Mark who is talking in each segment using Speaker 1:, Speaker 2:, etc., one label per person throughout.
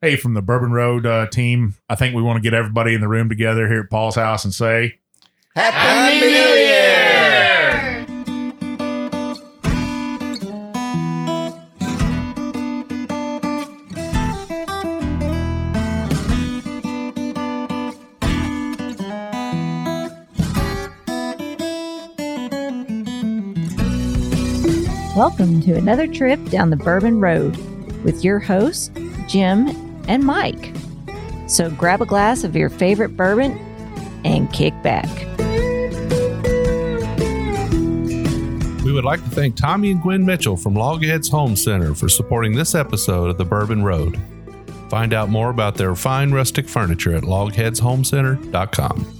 Speaker 1: hey, from the Bourbon Road uh, team, I think we want to get everybody in the room together here at Paul's house and say,
Speaker 2: Happy,
Speaker 3: New Year!
Speaker 4: Welcome to another trip down the Bourbon Road with your hosts, Jim and Mike. So grab a glass of your favorite bourbon and kick back.
Speaker 3: We would like to thank Tommy and Gwen Mitchell from Logheads Home Center for supporting this episode of the Bourbon Road. Find out more about their fine rustic furniture at logheadshomecenter.com.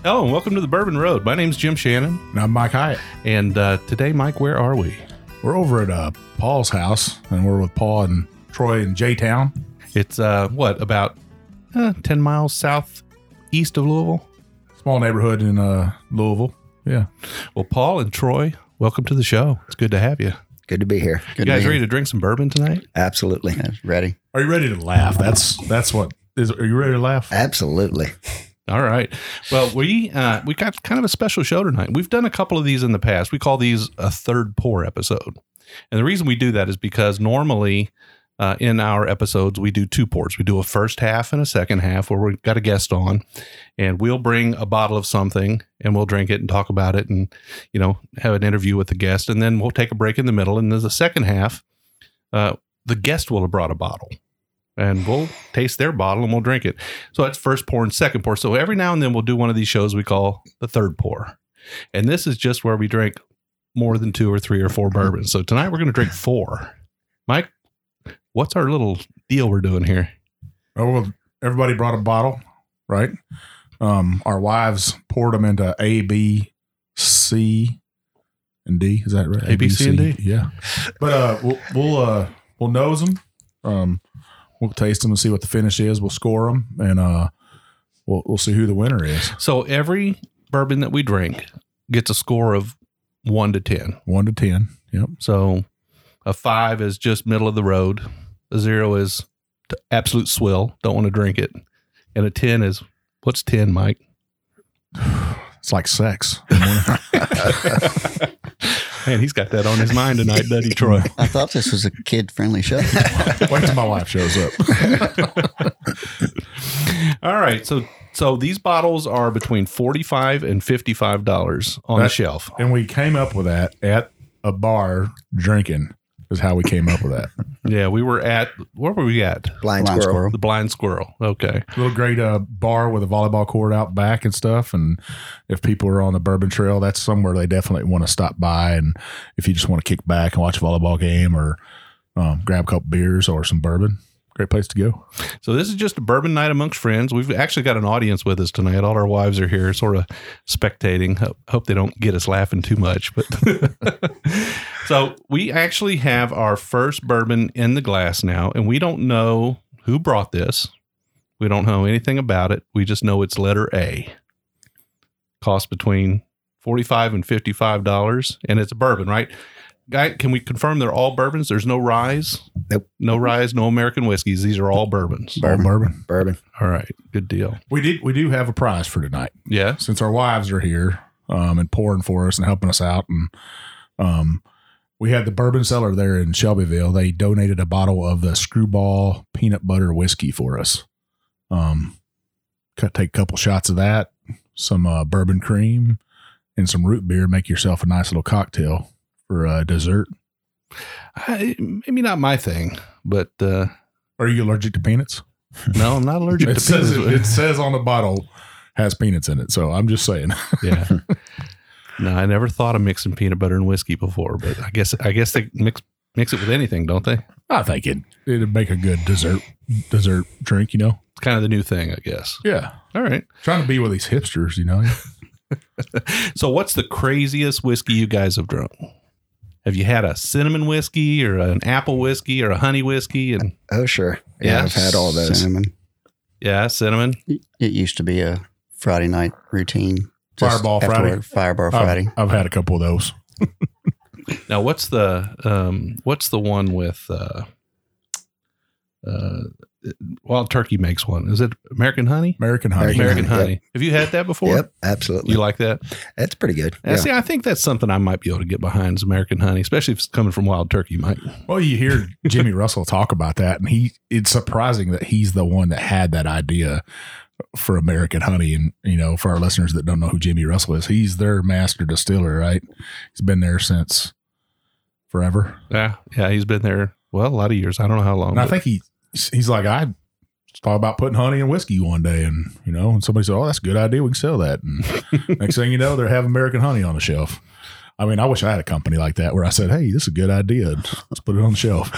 Speaker 3: Hello Oh, and welcome to the Bourbon Road. My name's Jim Shannon,
Speaker 1: and I'm Mike Hyatt.
Speaker 3: and uh, today, Mike, where are we?
Speaker 1: We're over at uh, Paul's house, and we're with Paul and Troy and J Town.
Speaker 3: It's uh, what about uh, ten miles southeast of Louisville?
Speaker 1: small neighborhood in uh, Louisville. Yeah.
Speaker 3: Well, Paul and Troy, welcome to the show. It's good to have you.
Speaker 2: Good to be here.
Speaker 3: You guys ready to drink some bourbon tonight?
Speaker 2: Absolutely. Ready?
Speaker 1: Are you ready to laugh? That's that's what is. Are you ready to laugh?
Speaker 2: Absolutely.
Speaker 3: All right. Well, we uh, we got kind of a special show tonight. We've done a couple of these in the past. We call these a third pour episode, and the reason we do that is because normally uh, in our episodes we do two pours. We do a first half and a second half where we've got a guest on, and we'll bring a bottle of something and we'll drink it and talk about it and you know have an interview with the guest, and then we'll take a break in the middle. And there's a second half. Uh, the guest will have brought a bottle. And we'll taste their bottle and we'll drink it. So that's first pour and second pour. So every now and then we'll do one of these shows we call the third pour. And this is just where we drink more than two or three or four bourbons. So tonight we're going to drink four. Mike, what's our little deal we're doing here?
Speaker 1: Oh, well, everybody brought a bottle, right? Um, our wives poured them into A, B, C, and D. Is that right?
Speaker 3: A, B, C, and D?
Speaker 1: Yeah. But uh, we'll we'll uh, we'll nose them. Um, we'll taste them and see what the finish is. We'll score them, and uh, we'll we'll see who the winner is.
Speaker 3: So every bourbon that we drink gets a score of one to 10.
Speaker 1: One to ten. Yep.
Speaker 3: So a five is just middle of the road, a zero is t- absolute swill, don't want to drink it. And a 10 is what's 10, Mike?
Speaker 1: It's like sex.
Speaker 3: Man, he's got that on his mind tonight, doesn't he, Troy?
Speaker 2: I thought this was a kid friendly show.
Speaker 1: Wait till my wife shows up.
Speaker 3: All right, so so these bottles are between forty five and fifty five dollars on the
Speaker 1: That-
Speaker 3: shelf.
Speaker 1: And we came up with that at a bar drinking is how we came up with that.
Speaker 3: Yeah, we were at where were we at?
Speaker 2: Blind,
Speaker 5: Blind
Speaker 2: squirrel.
Speaker 3: The Blind Squirrel. Okay,
Speaker 1: Little great uh, bar with a volleyball court out back and stuff. And if people are on the Bourbon Trail, that's somewhere they definitely want to stop by. And if you just want to kick back and watch a volleyball game or um, grab a couple beers or some bourbon, great place to go.
Speaker 3: so this is just a bourbon night amongst friends. We've actually got an audience with us tonight. All our wives are here, sort of spectating. Hope, hope they don't get us laughing too much. But so we actually have our first bourbon in the glass now, and we don't know who brought this. We don't know anything about it. We just know it's letter A. Costs between forty-five and fifty-five dollars, and it's a bourbon, right? Guy, can we confirm they're all bourbons? There's no rye.
Speaker 2: Nope.
Speaker 3: No rye, no American whiskeys. These are all bourbons.
Speaker 1: All
Speaker 2: Bourbon.
Speaker 1: bourbon.
Speaker 2: Bourbon.
Speaker 3: All right, good deal.
Speaker 1: We did. We do have a prize for tonight.
Speaker 3: Yeah,
Speaker 1: since our wives are here um, and pouring for us and helping us out, and um, we had the bourbon cellar there in Shelbyville. They donated a bottle of the Screwball peanut butter whiskey for us. Um, cut, take a couple shots of that, some uh, bourbon cream, and some root beer. Make yourself a nice little cocktail for uh, dessert.
Speaker 3: I, maybe not my thing, but uh,
Speaker 1: Are you allergic to peanuts?
Speaker 3: no, I'm not allergic
Speaker 1: It
Speaker 3: to
Speaker 1: says it, it
Speaker 3: peanuts.
Speaker 1: says on the bottle has peanuts in it. So I'm just saying.
Speaker 3: yeah. No, I never thought of mixing peanut butter and whiskey before, but I guess I guess they mix mix it with anything, don't they? It's
Speaker 1: I think it it'd make a good dessert dessert drink. You know.
Speaker 3: kind of the new thing, I guess.
Speaker 1: Yeah.
Speaker 3: All right.
Speaker 1: Trying to be with these hipsters, you know.
Speaker 3: So, what's the craziest whiskey you guys have drunk? Have you had a cinnamon whiskey or an apple whiskey or a honey whiskey? And
Speaker 2: Oh, sure. Yeah,
Speaker 3: Yeah.
Speaker 2: I've had all those. Cinnamon.
Speaker 3: yeah, cinnamon.
Speaker 2: It used to be a Friday night routine. Just
Speaker 1: Fireball
Speaker 2: after
Speaker 1: Friday. Uh,
Speaker 2: work, Fireball
Speaker 1: I've,
Speaker 2: Friday.
Speaker 1: I've had a couple of those.
Speaker 3: Now, what's the um, what's the one with uh, uh, Wild Turkey makes one? Is it American Honey?
Speaker 1: American Honey.
Speaker 2: American
Speaker 3: American Honey.
Speaker 2: Honey,
Speaker 3: Have you had that before?
Speaker 5: Yep, absolutely.
Speaker 3: You like that?
Speaker 5: That's pretty good.
Speaker 3: Yeah. See, I think that's something I might be able to get behind is American Honey, especially if it's coming from Wild Turkey, Mike.
Speaker 1: Well, you hear Jimmy Russell talk about that, and he—it's surprising that he's the one that had that idea for American Honey. And you know, for our listeners that don't know who Jimmy Russell is, he's their master distiller, right? He's been there since forever.
Speaker 3: Yeah, yeah, he's been there well a lot of years. I don't know how long.
Speaker 1: And I
Speaker 3: but-
Speaker 1: think he—he's like I thought about putting honey in whiskey one day, and you know, and somebody said, "Oh, that's a good idea. We can sell that." And next thing you know, they have American Honey on the shelf. I mean, I wish I had a company like that where I said, "Hey, this is a good idea. Let's put it on the shelf."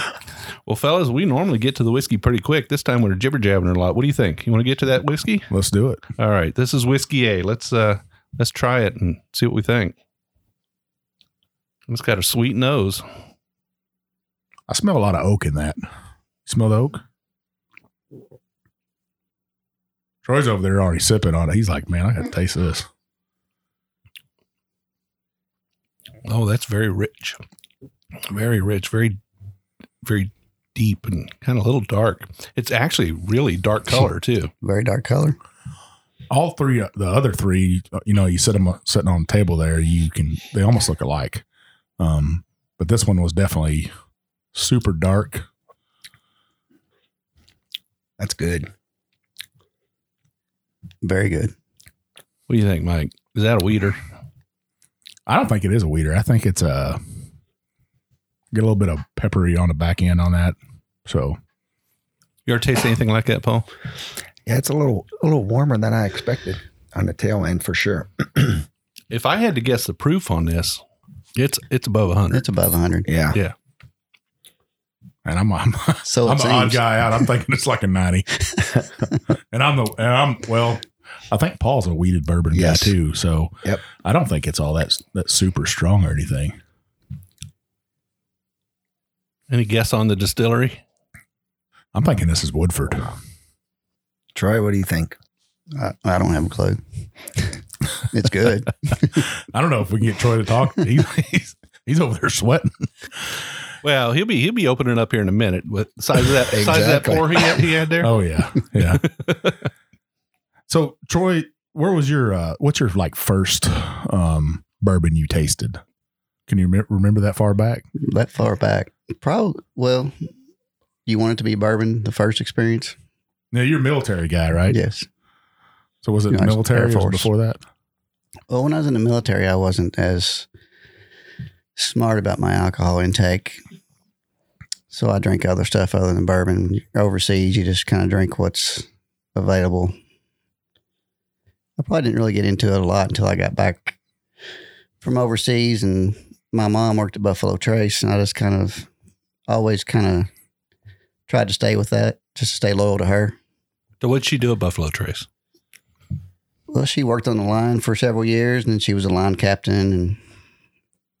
Speaker 3: well, fellas, we normally get to the whiskey pretty quick. This time we're jibber jabbing a lot. What do you think? You want to get to that whiskey?
Speaker 1: Let's do it.
Speaker 3: All right, this is whiskey A. Let's uh let's try it and see what we think. It's got a sweet nose.
Speaker 1: I smell a lot of oak in that. You smell the oak? Troy's over there already sipping on it. He's like, man, I gotta taste this.
Speaker 3: Oh, that's very rich, very rich, very very deep and kind of a little dark. It's actually really dark color too.
Speaker 2: Very dark color.
Speaker 1: All three, uh, the other three, uh, you know, you set them sitting on the table there. You can, they almost look alike. Um, but this one was definitely super dark.
Speaker 5: That's good.
Speaker 2: Very good.
Speaker 3: What do you think, Mike? Is that a weeder?
Speaker 1: I don't think it is a weeder. I think it's a get a little bit of peppery on the back end on that. So
Speaker 3: You ever taste anything like that, Paul?
Speaker 5: Yeah, it's a little a little warmer than I expected on the tail end for sure.
Speaker 3: If I had to guess the proof on this, it's it's above hundred.
Speaker 2: It's above 100.
Speaker 5: Yeah.
Speaker 1: And I'm I'm,
Speaker 2: So it
Speaker 1: I'm an odd
Speaker 2: seems.
Speaker 1: guy out. I'm thinking it's like a ninety, and I'm the and I'm well. I think Paul's a weeded bourbon
Speaker 5: Yes.
Speaker 1: guy too, so
Speaker 5: Yep.
Speaker 1: I don't think it's all that that super strong or anything.
Speaker 3: Any guess on the distillery?
Speaker 1: I'm thinking this is Woodford.
Speaker 5: Troy, what do you think?
Speaker 2: I, I don't have a clue. it's good.
Speaker 1: I don't know if we can get Troy to talk. He, he's he's over there sweating.
Speaker 3: Well, he'll be he'll be opening up here in a minute. What size of that size of that
Speaker 5: Exactly.
Speaker 3: pour he had, he had there?
Speaker 1: Oh yeah, yeah. so Troy, where was your uh, what's your like first um, bourbon you tasted? Can you remem- remember that far back?
Speaker 2: that far back. Probably, well, you want it to be bourbon, the first experience?
Speaker 1: Now you're a military guy, right?
Speaker 2: Yes.
Speaker 1: So was it
Speaker 2: Yeah, I was
Speaker 1: military
Speaker 2: Air
Speaker 1: or was it
Speaker 2: Force.
Speaker 1: before that?
Speaker 2: Well, when I was in the military, I wasn't as smart about my alcohol intake. So I drank other stuff other than bourbon. Overseas, you just kind of drink what's available. I probably didn't really get into it a lot until I got back from overseas and my mom worked at Buffalo Trace and I just kind of always kind of tried to stay with that, just to stay loyal to her.
Speaker 3: So what'd she do at Buffalo Trace?
Speaker 2: Well, she worked on the line for several years, and then she was a line captain. And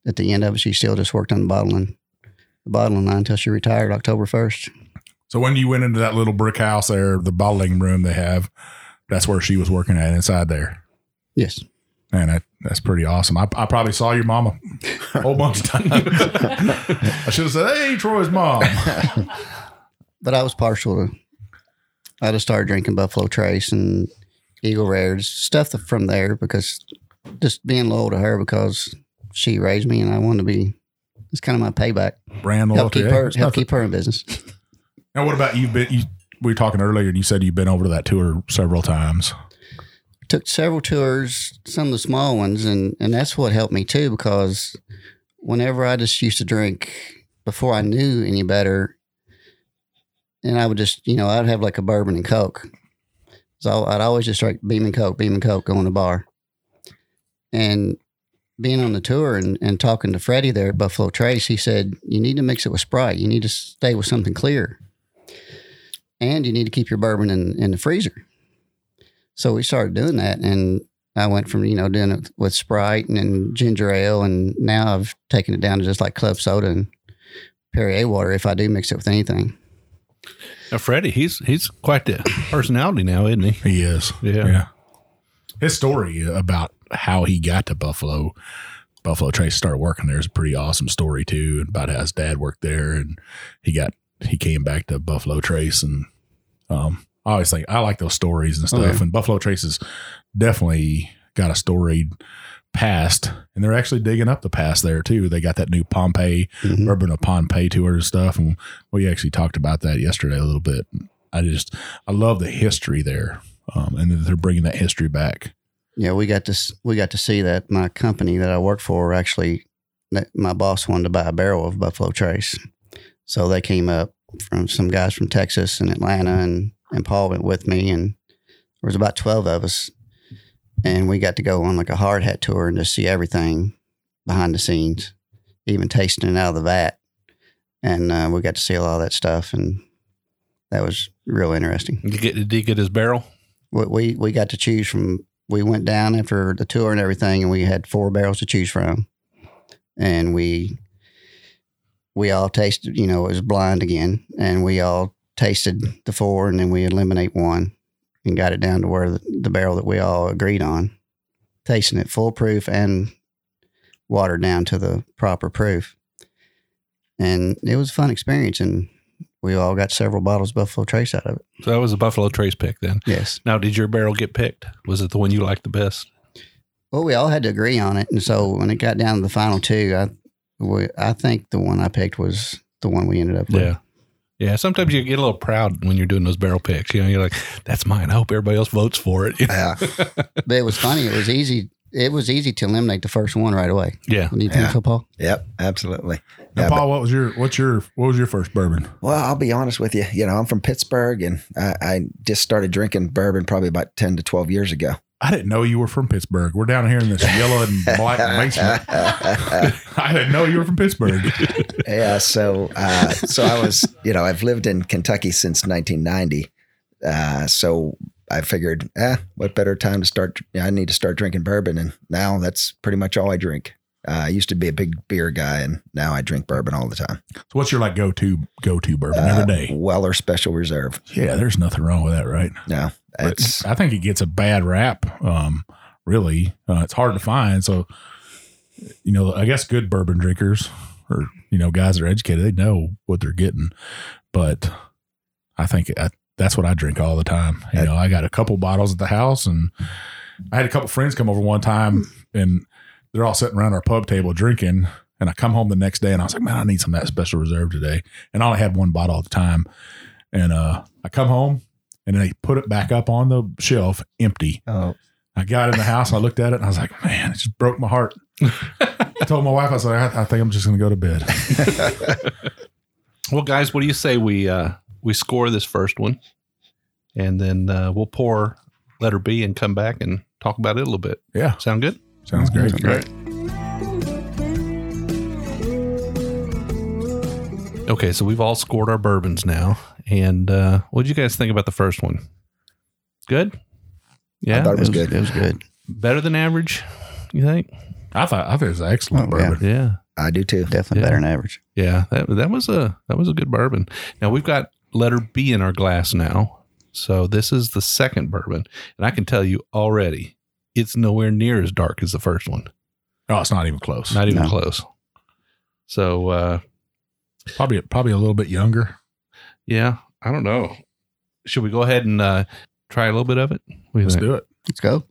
Speaker 2: at the end of it, she still just worked on the bottling, the bottling line until she retired October first.
Speaker 1: So when you went into that little brick house there, the bottling room they have, that's where she was working at inside there.
Speaker 2: Yes,
Speaker 1: Man, that, that's pretty awesome. I, I probably saw your mama a whole bunch of times. I should have said, "Hey, Troy's mom."
Speaker 2: but I was partial to. I just started drinking Buffalo Trace and Eagle Rares stuff th- from there because just being loyal to her because she raised me and I wanted to be. It's kind of my payback.
Speaker 1: Brand
Speaker 2: Help
Speaker 1: loyalty.
Speaker 2: keep
Speaker 1: Hey,
Speaker 2: her,
Speaker 1: it's
Speaker 2: eh? help
Speaker 1: nothing.
Speaker 2: keep her in business.
Speaker 1: Now, what about you've been? You, we were talking earlier, and you said you've been over to that tour several times.
Speaker 2: took several tours, some of the small ones, and and that's what helped me too because whenever I just used to drink before I knew any better, and I would just you know I'd have like a bourbon and coke, so I'd always just drink Beam and Coke, Beam and Coke, going to bar, and being on the tour and, and talking to Freddie there at Buffalo Trace, he said you need to mix it with Sprite, you need to stay with something clear, and you need to keep your bourbon in, in the freezer. So we started doing that, and I went from you know doing it with Sprite and then ginger ale, and now I've taken it down to just like club soda and Perrier water if I do mix it with anything.
Speaker 3: Now, Freddie, he's he's quite the personality now, isn't he?
Speaker 1: He is.
Speaker 3: Yeah.
Speaker 1: His story about how he got to Buffalo Buffalo Trace started working there is a pretty awesome story too, about how his dad worked there and he got he came back to Buffalo Trace and um I always think I like those stories and stuff.
Speaker 2: Oh, yeah.
Speaker 1: And Buffalo Trace has definitely got a storied past and they're actually digging up the past there too. They got that new Pompeii
Speaker 2: Mhm.
Speaker 1: urban of Pompeii tour and stuff. And we actually talked about that yesterday a little bit. I just, I love the history there. Um, and that they're bringing that history back.
Speaker 2: Yeah, we got this. We got to see that my company that I work for actually, that my boss wanted to buy a barrel of Buffalo Trace, so they came up from some guys from Texas and Atlanta, and and Paul went with me, and there was about twelve of us, and we got to go on like a hard hat tour and just see everything behind the scenes, even tasting it out of the vat, and uh, we got to see a lot of that stuff, and that was real interesting
Speaker 3: Did he get, did he get his barrel?
Speaker 2: we- we we got to choose from. We went down after the tour and everything, and we had four barrels to choose from, and we we all tasted. You know, it was blind again, and we all tasted the four, and then we eliminate one, and got it down to where the, the barrel that we all agreed on, tasting it full proof and watered down to the proper proof, and it was a fun experience, and we all got several bottles of Buffalo Trace out of it.
Speaker 3: So that was a Buffalo Trace pick then.
Speaker 2: Yes.
Speaker 3: Now, did your barrel get picked? Was it the one you liked the best?
Speaker 2: Well, we all had to agree on it, and so when it got down to the final two, I, we, I think the one I picked was the one we ended up with.
Speaker 3: Yeah, sometimes you get a little proud when you're doing those barrel picks. You know, you're like, that's mine. I hope everybody else votes for it.
Speaker 5: Yeah.
Speaker 2: But it was funny. It was easy. It was easy to eliminate the first one right away.
Speaker 3: yeah.
Speaker 2: What do you think,
Speaker 5: Yeah.
Speaker 2: so, Paul?
Speaker 5: Yep. Absolutely.
Speaker 1: Now,
Speaker 5: Yeah,
Speaker 1: Paul, what was your, what's your, what was your first bourbon?
Speaker 5: Well, I'll be honest with you. You know, I'm from Pittsburgh and I, I just started drinking bourbon probably about 10 to 12 years ago.
Speaker 1: I didn't know you were from Pittsburgh. We're down here in this yellow and black basement. I didn't know you were from Pittsburgh.
Speaker 5: yeah. So, uh, so I was, you know, I've lived in Kentucky since 1990. Uh, so I figured, eh, what better time to start? I need to start drinking bourbon. And now that's pretty much all I drink. Uh, I used to be a big beer guy and now I drink bourbon all the time.
Speaker 1: So what's your like go to, go to bourbon
Speaker 5: Uh,
Speaker 1: every day?
Speaker 5: Weller Special Reserve.
Speaker 1: Yeah, there's nothing wrong with that, right?
Speaker 5: No,
Speaker 1: But
Speaker 5: it's,
Speaker 1: I think it gets a bad rap. Um, really, uh, it's hard to find. So, you know, I guess good bourbon drinkers or you know guys that are educated, they know what they're getting. But I think I, that's what I drink all the time. You know, I got a couple bottles at the house, and I had a couple friends come over one time, and they're all sitting around our pub table drinking. And I come home the next day, and I was like, man, I need some of that special reserve today. And I only had one bottle at the time. And uh, I come home, and then they put it back up on the shelf empty.
Speaker 5: oh,
Speaker 1: I got in the house, I looked at it, and I was like, man, it just broke my heart. I told my wife, I said, I, I think I'm just going to go to bed.
Speaker 3: Well, guys, what do you say we uh, we score this first one, and then uh, we'll pour letter B and come back and talk about it a little bit.
Speaker 1: Yeah,
Speaker 3: Sound good?
Speaker 1: sounds great.
Speaker 3: Right. Okay, so we've all scored our bourbons now, and uh, what did you guys think about the first one? Good. Yeah,
Speaker 5: thought it was good.
Speaker 2: It was good.
Speaker 3: Better than average. You think?
Speaker 1: I thought I thought it was excellent
Speaker 2: Oh, yeah.
Speaker 1: bourbon.
Speaker 3: Yeah.
Speaker 5: I do too.
Speaker 2: Definitely
Speaker 3: Yeah.
Speaker 2: better than average.
Speaker 3: Yeah, that that was a that was a good bourbon. Now we've got letter B in our glass now. So this is the second bourbon, and I can tell you already, it's nowhere near as dark as the first one.
Speaker 1: Oh, it's not even close.
Speaker 3: Not even
Speaker 2: No.
Speaker 3: close. So uh
Speaker 1: Probably probably a little bit younger.
Speaker 3: yeah, I don't know. Should we go ahead and uh try a little bit of it? What do you
Speaker 1: Let's
Speaker 3: think?
Speaker 1: do it.
Speaker 2: Let's go.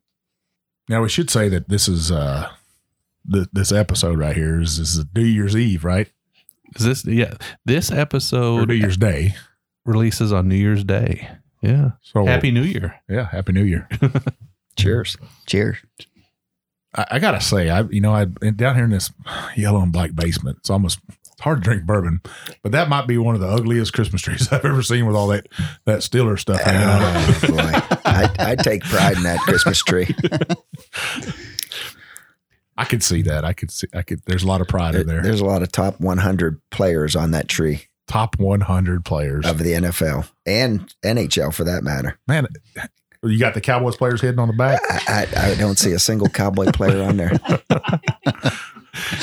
Speaker 1: Now we should say that this is uh th- this episode right here is is New Year's Eve, right?
Speaker 3: Is this yeah? This
Speaker 1: Or New
Speaker 3: episode
Speaker 1: Year's Day.
Speaker 3: releases on New Year's Day. Yeah.
Speaker 1: So
Speaker 3: Happy New Year.
Speaker 1: yeah, happy New Year.
Speaker 5: Cheers.
Speaker 2: Cheers.
Speaker 1: I, I gotta say, I you know, I and down here in this yellow and black basement, it's almost it's hard to drink bourbon, but that might be one of the ugliest Christmas trees I've ever seen with all that that Steeler stuff hanging out. of it.
Speaker 5: Oh, boy. I, I take pride in that Christmas tree.
Speaker 1: I could see that. I could see. I could. There's a lot of pride in there.
Speaker 5: There's a lot of top 100 players on that tree
Speaker 1: Top 100 players.
Speaker 5: of the NFL and NHL for that matter.
Speaker 1: Man, you got the Cowboys players hidden on the back.
Speaker 5: I, I, I don't see a single cowboy player on there.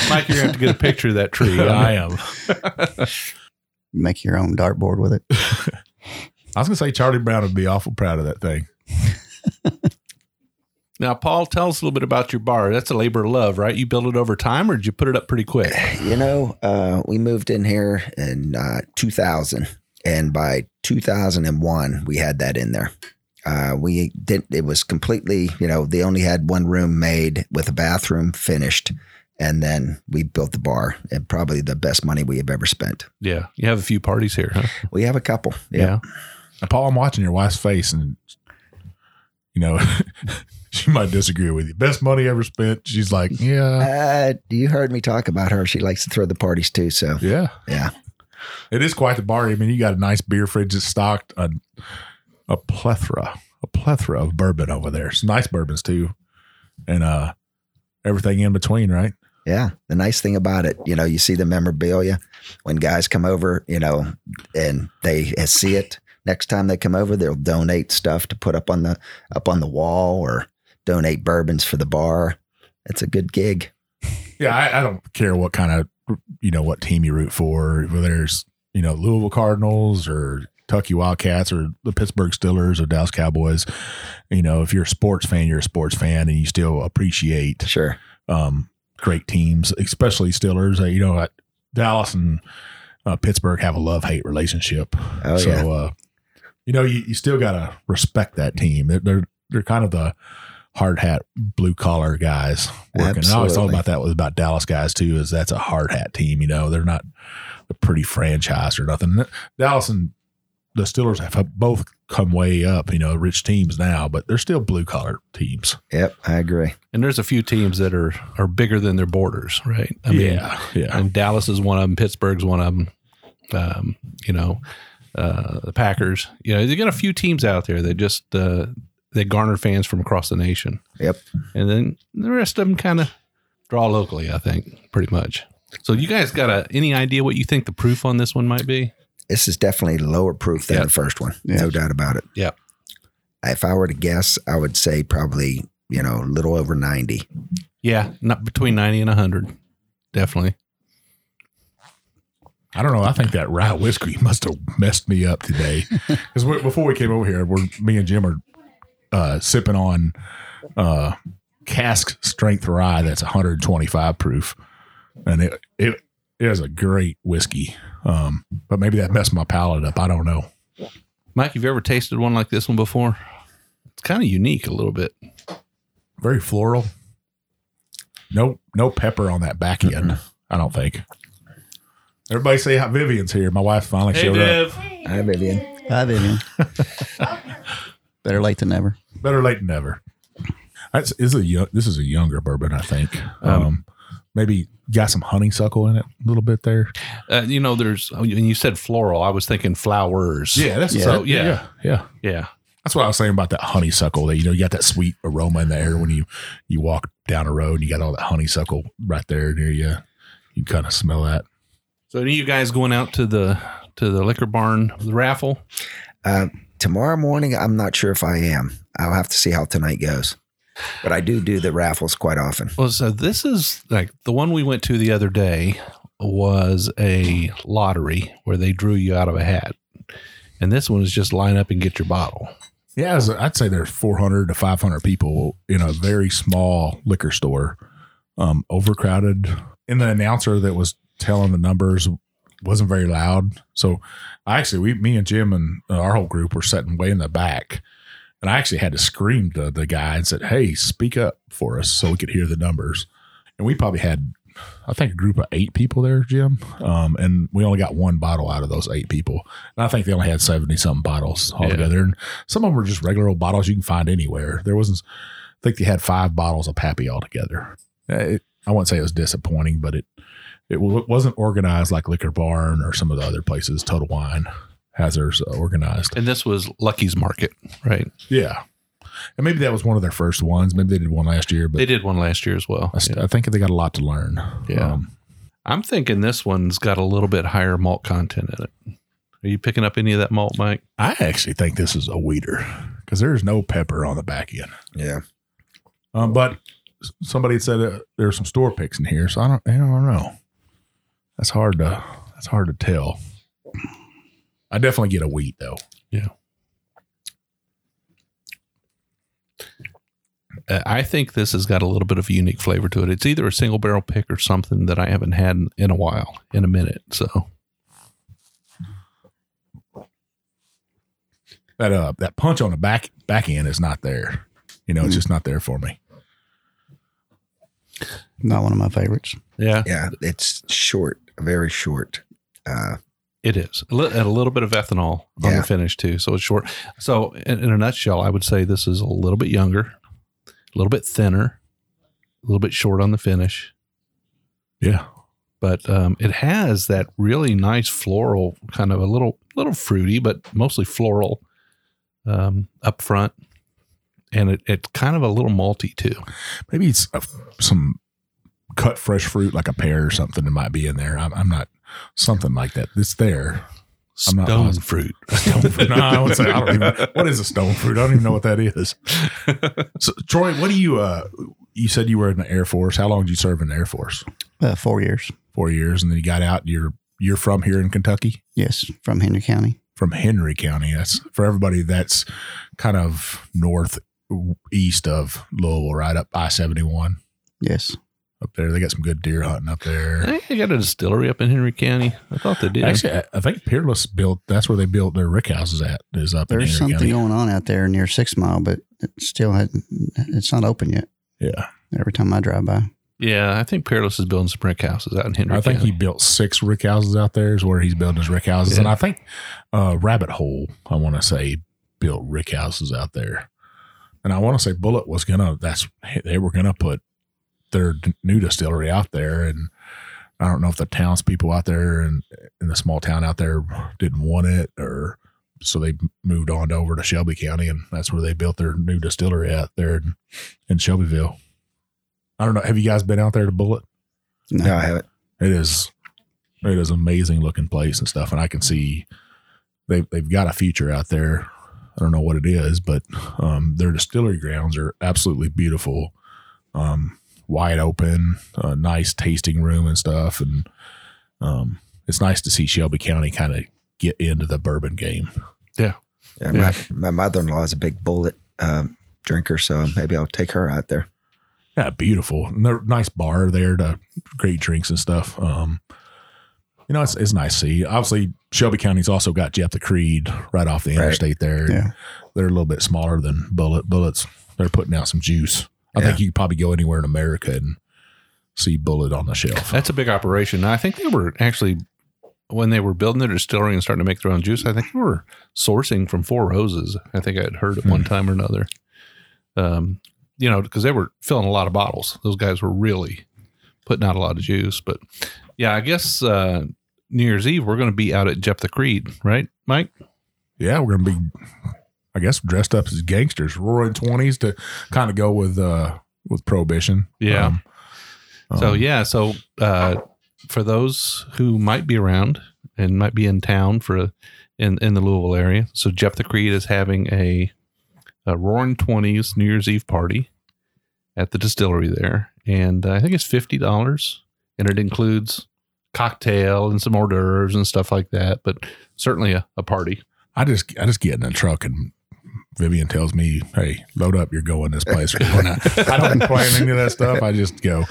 Speaker 3: Mike, you're gonna have to get a picture of that tree.
Speaker 1: I am.
Speaker 2: Make your own dartboard with it.
Speaker 1: I was gonna say Charlie Brown would be awful proud of that thing.
Speaker 3: Now, Paul, tell us a little bit about your bar. That's a labor of love, right? You built it over time, or did you put it up pretty quick?
Speaker 5: You know, uh, we moved in here in uh, 2000, and by 2001, we had that in there. Uh, we did. It was completely. You know, they only had one room made with a bathroom finished, and then we built the bar. And probably the best money we have ever spent.
Speaker 3: Yeah, you have a few parties here, huh?
Speaker 5: We have a couple.
Speaker 1: Now, Paul, I'm watching your wife's face, and you know she might disagree with you. Best money ever spent. She's like, yeah,
Speaker 5: Uh, you heard me talk about her. She likes to throw the parties too. So
Speaker 1: yeah,
Speaker 5: yeah,
Speaker 1: It is quite the bar. I mean, you got a nice beer fridge that's stocked a, a plethora, a plethora of bourbon over there. Some nice bourbons too, and uh, everything in between, right?
Speaker 5: yeah. The nice thing about it, you know, you see the memorabilia when guys come over, you know, and they uh, see it. Next time they come over, they'll donate stuff to put up on the up on the wall or donate bourbons for the bar. It's a good gig.
Speaker 1: Yeah, I, I don't care what kind of you know what team you root for, whether there's you know Louisville Cardinals or Kentucky Wildcats or the Pittsburgh Steelers or Dallas Cowboys. You know, if you're a sports fan, you're a sports fan, and you still appreciate
Speaker 5: Sure.
Speaker 1: um, great teams, especially Steelers. Uh, you know, uh, Dallas and uh, Pittsburgh have a love hate relationship.
Speaker 5: Oh
Speaker 1: so,
Speaker 5: yeah.
Speaker 1: uh, you know, you, you still gotta respect that team. They're they're, they're kind of the hard hat, blue collar guys working. And I always thought
Speaker 5: Absolutely.
Speaker 1: about that was about Dallas guys too. Is that's a hard hat team? You know, they're not a pretty franchise or nothing. Dallas and the Steelers have both come way up. You know, rich teams now, but they're still blue collar teams.
Speaker 5: Yep. I agree.
Speaker 3: And there's a few teams that are are bigger than their borders, right? I mean,
Speaker 1: yeah.
Speaker 3: and Dallas is one of them. Pittsburgh's one of them. Um, you know, uh, the Packers. You know, they got a few teams out there that just uh, they garner fans from across the nation.
Speaker 5: Yep.
Speaker 3: And then the rest of them kind of draw locally, I think, pretty much. So you guys got a, any idea what you think the proof on this one might be?
Speaker 5: This is definitely lower proof than
Speaker 3: Yeah.
Speaker 5: the first one.
Speaker 2: Yeah.
Speaker 5: No doubt about it.
Speaker 3: Yeah.
Speaker 5: If I were to guess, I would say probably, you know, a little over 90.
Speaker 3: Yeah, not between ninety and hundred, definitely.
Speaker 1: I don't know. I think that rye whiskey must have messed me up today. Because before we came over here, we're, me and Jim are uh, sipping on uh, cask strength rye that's 125 proof, and it it is a great whiskey. Um, but maybe that messed my palate up. I don't know.
Speaker 3: Mike, have you ever tasted one like this one before? It's kind of unique, a little bit.
Speaker 1: Very floral. No no pepper on that back end. I don't think. Everybody say hi. Vivian's here. My wife finally showed up.
Speaker 5: Hi, Vivian.
Speaker 2: Hi, Vivian. Better late than never.
Speaker 1: Better late than never. That's is a yo- this is a younger bourbon, I think. Um,
Speaker 3: Um,
Speaker 1: maybe got some honeysuckle in it a little bit there.
Speaker 3: Uh, you know, there's and you said floral. I was thinking flowers.
Speaker 1: that's
Speaker 2: Yeah.
Speaker 1: so yeah. yeah,
Speaker 3: Yeah. yeah.
Speaker 1: That's what I was saying about that honeysuckle. That you know, you got that sweet aroma in the air when you you walk down a road. and You got all that honeysuckle right there near you. You kind of smell that.
Speaker 3: So, any of you guys going out to the to the liquor barn raffle?
Speaker 5: Uh, tomorrow morning, I'm not sure if I am. I'll have to see how tonight goes. But I do do the raffles quite often.
Speaker 3: Well, so this is like the one we went to the other day was a lottery where they drew you out of a hat, and this one is just line up and get your bottle.
Speaker 1: Yeah, as- I'd say there's 400 to 500 people in a very small liquor store, um, overcrowded. And the announcer that was telling the numbers wasn't very loud. So I actually, we, me and Jim and uh, our whole group were sitting way in the back. And I actually had to scream to the guy and said, Hey, speak up for us so we could hear the numbers. And we probably had, I think, a group of eight people there, Jim. Um, and we only got one bottle out of those eight people. And I think they only had 70 something bottles altogether. And some of them were just regular old bottles you can find anywhere. There wasn't, I think they had five bottles of Pappy altogether. Uh, It, I wouldn't say it was disappointing, but it it w- wasn't organized like Liquor Barn or some of the other places. Total Wine has theirs uh, organized.
Speaker 3: And this was Lucky's Market, right?
Speaker 1: Yeah, and maybe that was one of their first ones. Maybe they did one last year, but
Speaker 3: They did one last year as well.
Speaker 1: I, st- I think they got a lot to learn.
Speaker 3: Yeah.
Speaker 1: Um,
Speaker 3: I'm thinking this one's got a little bit higher malt content in it. Are you picking up any of that malt, Mike?
Speaker 1: I actually think this is a weeder because there's no pepper on the back end.
Speaker 5: Yeah.
Speaker 1: Um, but s- somebody had said uh, there's some store picks in here, so I don't, I don't know. That's hard to that's hard to tell. I definitely get a wheat though.
Speaker 3: uh, I think this has got a little bit of a unique flavor to it. It's either a single barrel pick or something that I haven't had in, in a while, in a minute. So
Speaker 1: That uh, that punch on the back back end is not there. You know, it's just not there for me.
Speaker 2: Not one of my favorites.
Speaker 3: yeah,
Speaker 5: Yeah, it's short, very short. Uh,
Speaker 3: It is a li- and a little bit of ethanol on
Speaker 5: Yeah.
Speaker 3: the finish too, so it's short. So in, in a nutshell, I would say this is a little bit younger, a little bit thinner, a little bit short on the finish,
Speaker 1: Yeah.
Speaker 3: but um, it has that really nice floral kind of a little little fruity, but mostly floral um, up front, and it, it's kind of a little malty too.
Speaker 1: Maybe it's a, some cut fresh fruit like a pear or something that might be in there. I'm, I'm not something like that. It's there. I'm not
Speaker 3: Stone
Speaker 1: positive.
Speaker 3: fruit.
Speaker 1: Stone fruit. No, I, would say, I don't even. What is a stone fruit? I don't even know what that is. So, Troy, what do you? Uh, you said you were in the Air Force. How long did you serve in the Air Force?
Speaker 2: Uh, four years.
Speaker 1: Four years, and then you got out. You're you're from here in Kentucky,
Speaker 2: Yes, from Henry County.
Speaker 1: from Henry County. That's for everybody. That's kind of northeast of Louisville, right up I seventy one
Speaker 2: Yes.
Speaker 1: up there. They got some good deer hunting up
Speaker 3: I
Speaker 1: there.
Speaker 3: think they got a distillery up in Henry County. I thought they did.
Speaker 1: Actually, I, I think Peerless built. That's where they built their rick houses at. Is up
Speaker 2: There's
Speaker 1: in Henry
Speaker 2: something
Speaker 1: County.
Speaker 2: going on out there near Six Mile, but it still hasn't, it's not open yet.
Speaker 1: yeah,
Speaker 2: Every time I drive by,
Speaker 3: yeah, I think Peerless is building some brick houses out in Henry.
Speaker 1: I think
Speaker 3: County.
Speaker 1: he built six rick houses out there. Is where he's building his rick houses,
Speaker 3: Yeah.
Speaker 1: and I think uh, Rabbit Hole, I want to say, built rick houses out there. And I want to say Bullet was gonna. That's they were gonna put their d- new distillery out there, and I don't know if the townspeople out there and in the small town out there didn't want it, or so they moved on over to Shelby County, and that's where they built their new distillery out there in, in Shelbyville. I don't know. Have you guys been out there to Bullet?
Speaker 2: no.
Speaker 5: no, I haven't.
Speaker 1: It is it is amazing looking place and stuff, and I can see they've they've got a future out there. I don't know what it is, but um, their distillery grounds are absolutely beautiful, um, wide open, a nice tasting room and stuff, and um, it's nice to see Shelby County kind of get into the bourbon game.
Speaker 5: Yeah,
Speaker 3: Yeah.
Speaker 5: My, my mother in law is a big bullet um, drinker, so maybe I'll take her out there.
Speaker 1: Yeah, beautiful. And they're nice bar there to great drinks and stuff. Um, you know, it's, it's nice to see. Obviously, Shelby County's also got Jeff the Creed right off the
Speaker 5: Right.
Speaker 1: interstate there.
Speaker 2: Yeah.
Speaker 1: They're a little bit smaller than Bullet. Bullets, they're putting out some juice. I think you could probably go anywhere in America and see Bullet on the shelf.
Speaker 3: That's a big operation. I think they were actually when they were building their distillery and starting to make their own juice. I think they were sourcing from Four Roses. I think I had heard at one
Speaker 1: Hmm.
Speaker 3: time or another. Um, you know, because they were filling a lot of bottles. Those guys were really putting out a lot of juice. But yeah, I guess uh, New Year's Eve we're going to be out at Jeff the Creed, right, Mike?
Speaker 1: yeah, we're gonna be, I guess, dressed up as gangsters, roaring twenties to kind of go with uh with prohibition.
Speaker 3: Yeah.
Speaker 1: Um,
Speaker 3: so
Speaker 1: um,
Speaker 3: yeah, so uh, for those who might be around and might be in town for in in the Louisville area, so Jeff the Creed is having a, a Roaring Twenties New Year's Eve party at the distillery there, and uh, I think it's fifty dollars, and it includes cocktail and some hors d'oeuvres and stuff like that, but certainly a, a party.
Speaker 1: I just I just get in a truck and Vivian tells me, "Hey, load up. You're going this place." We're going out." I don't plan any of that stuff. I just go.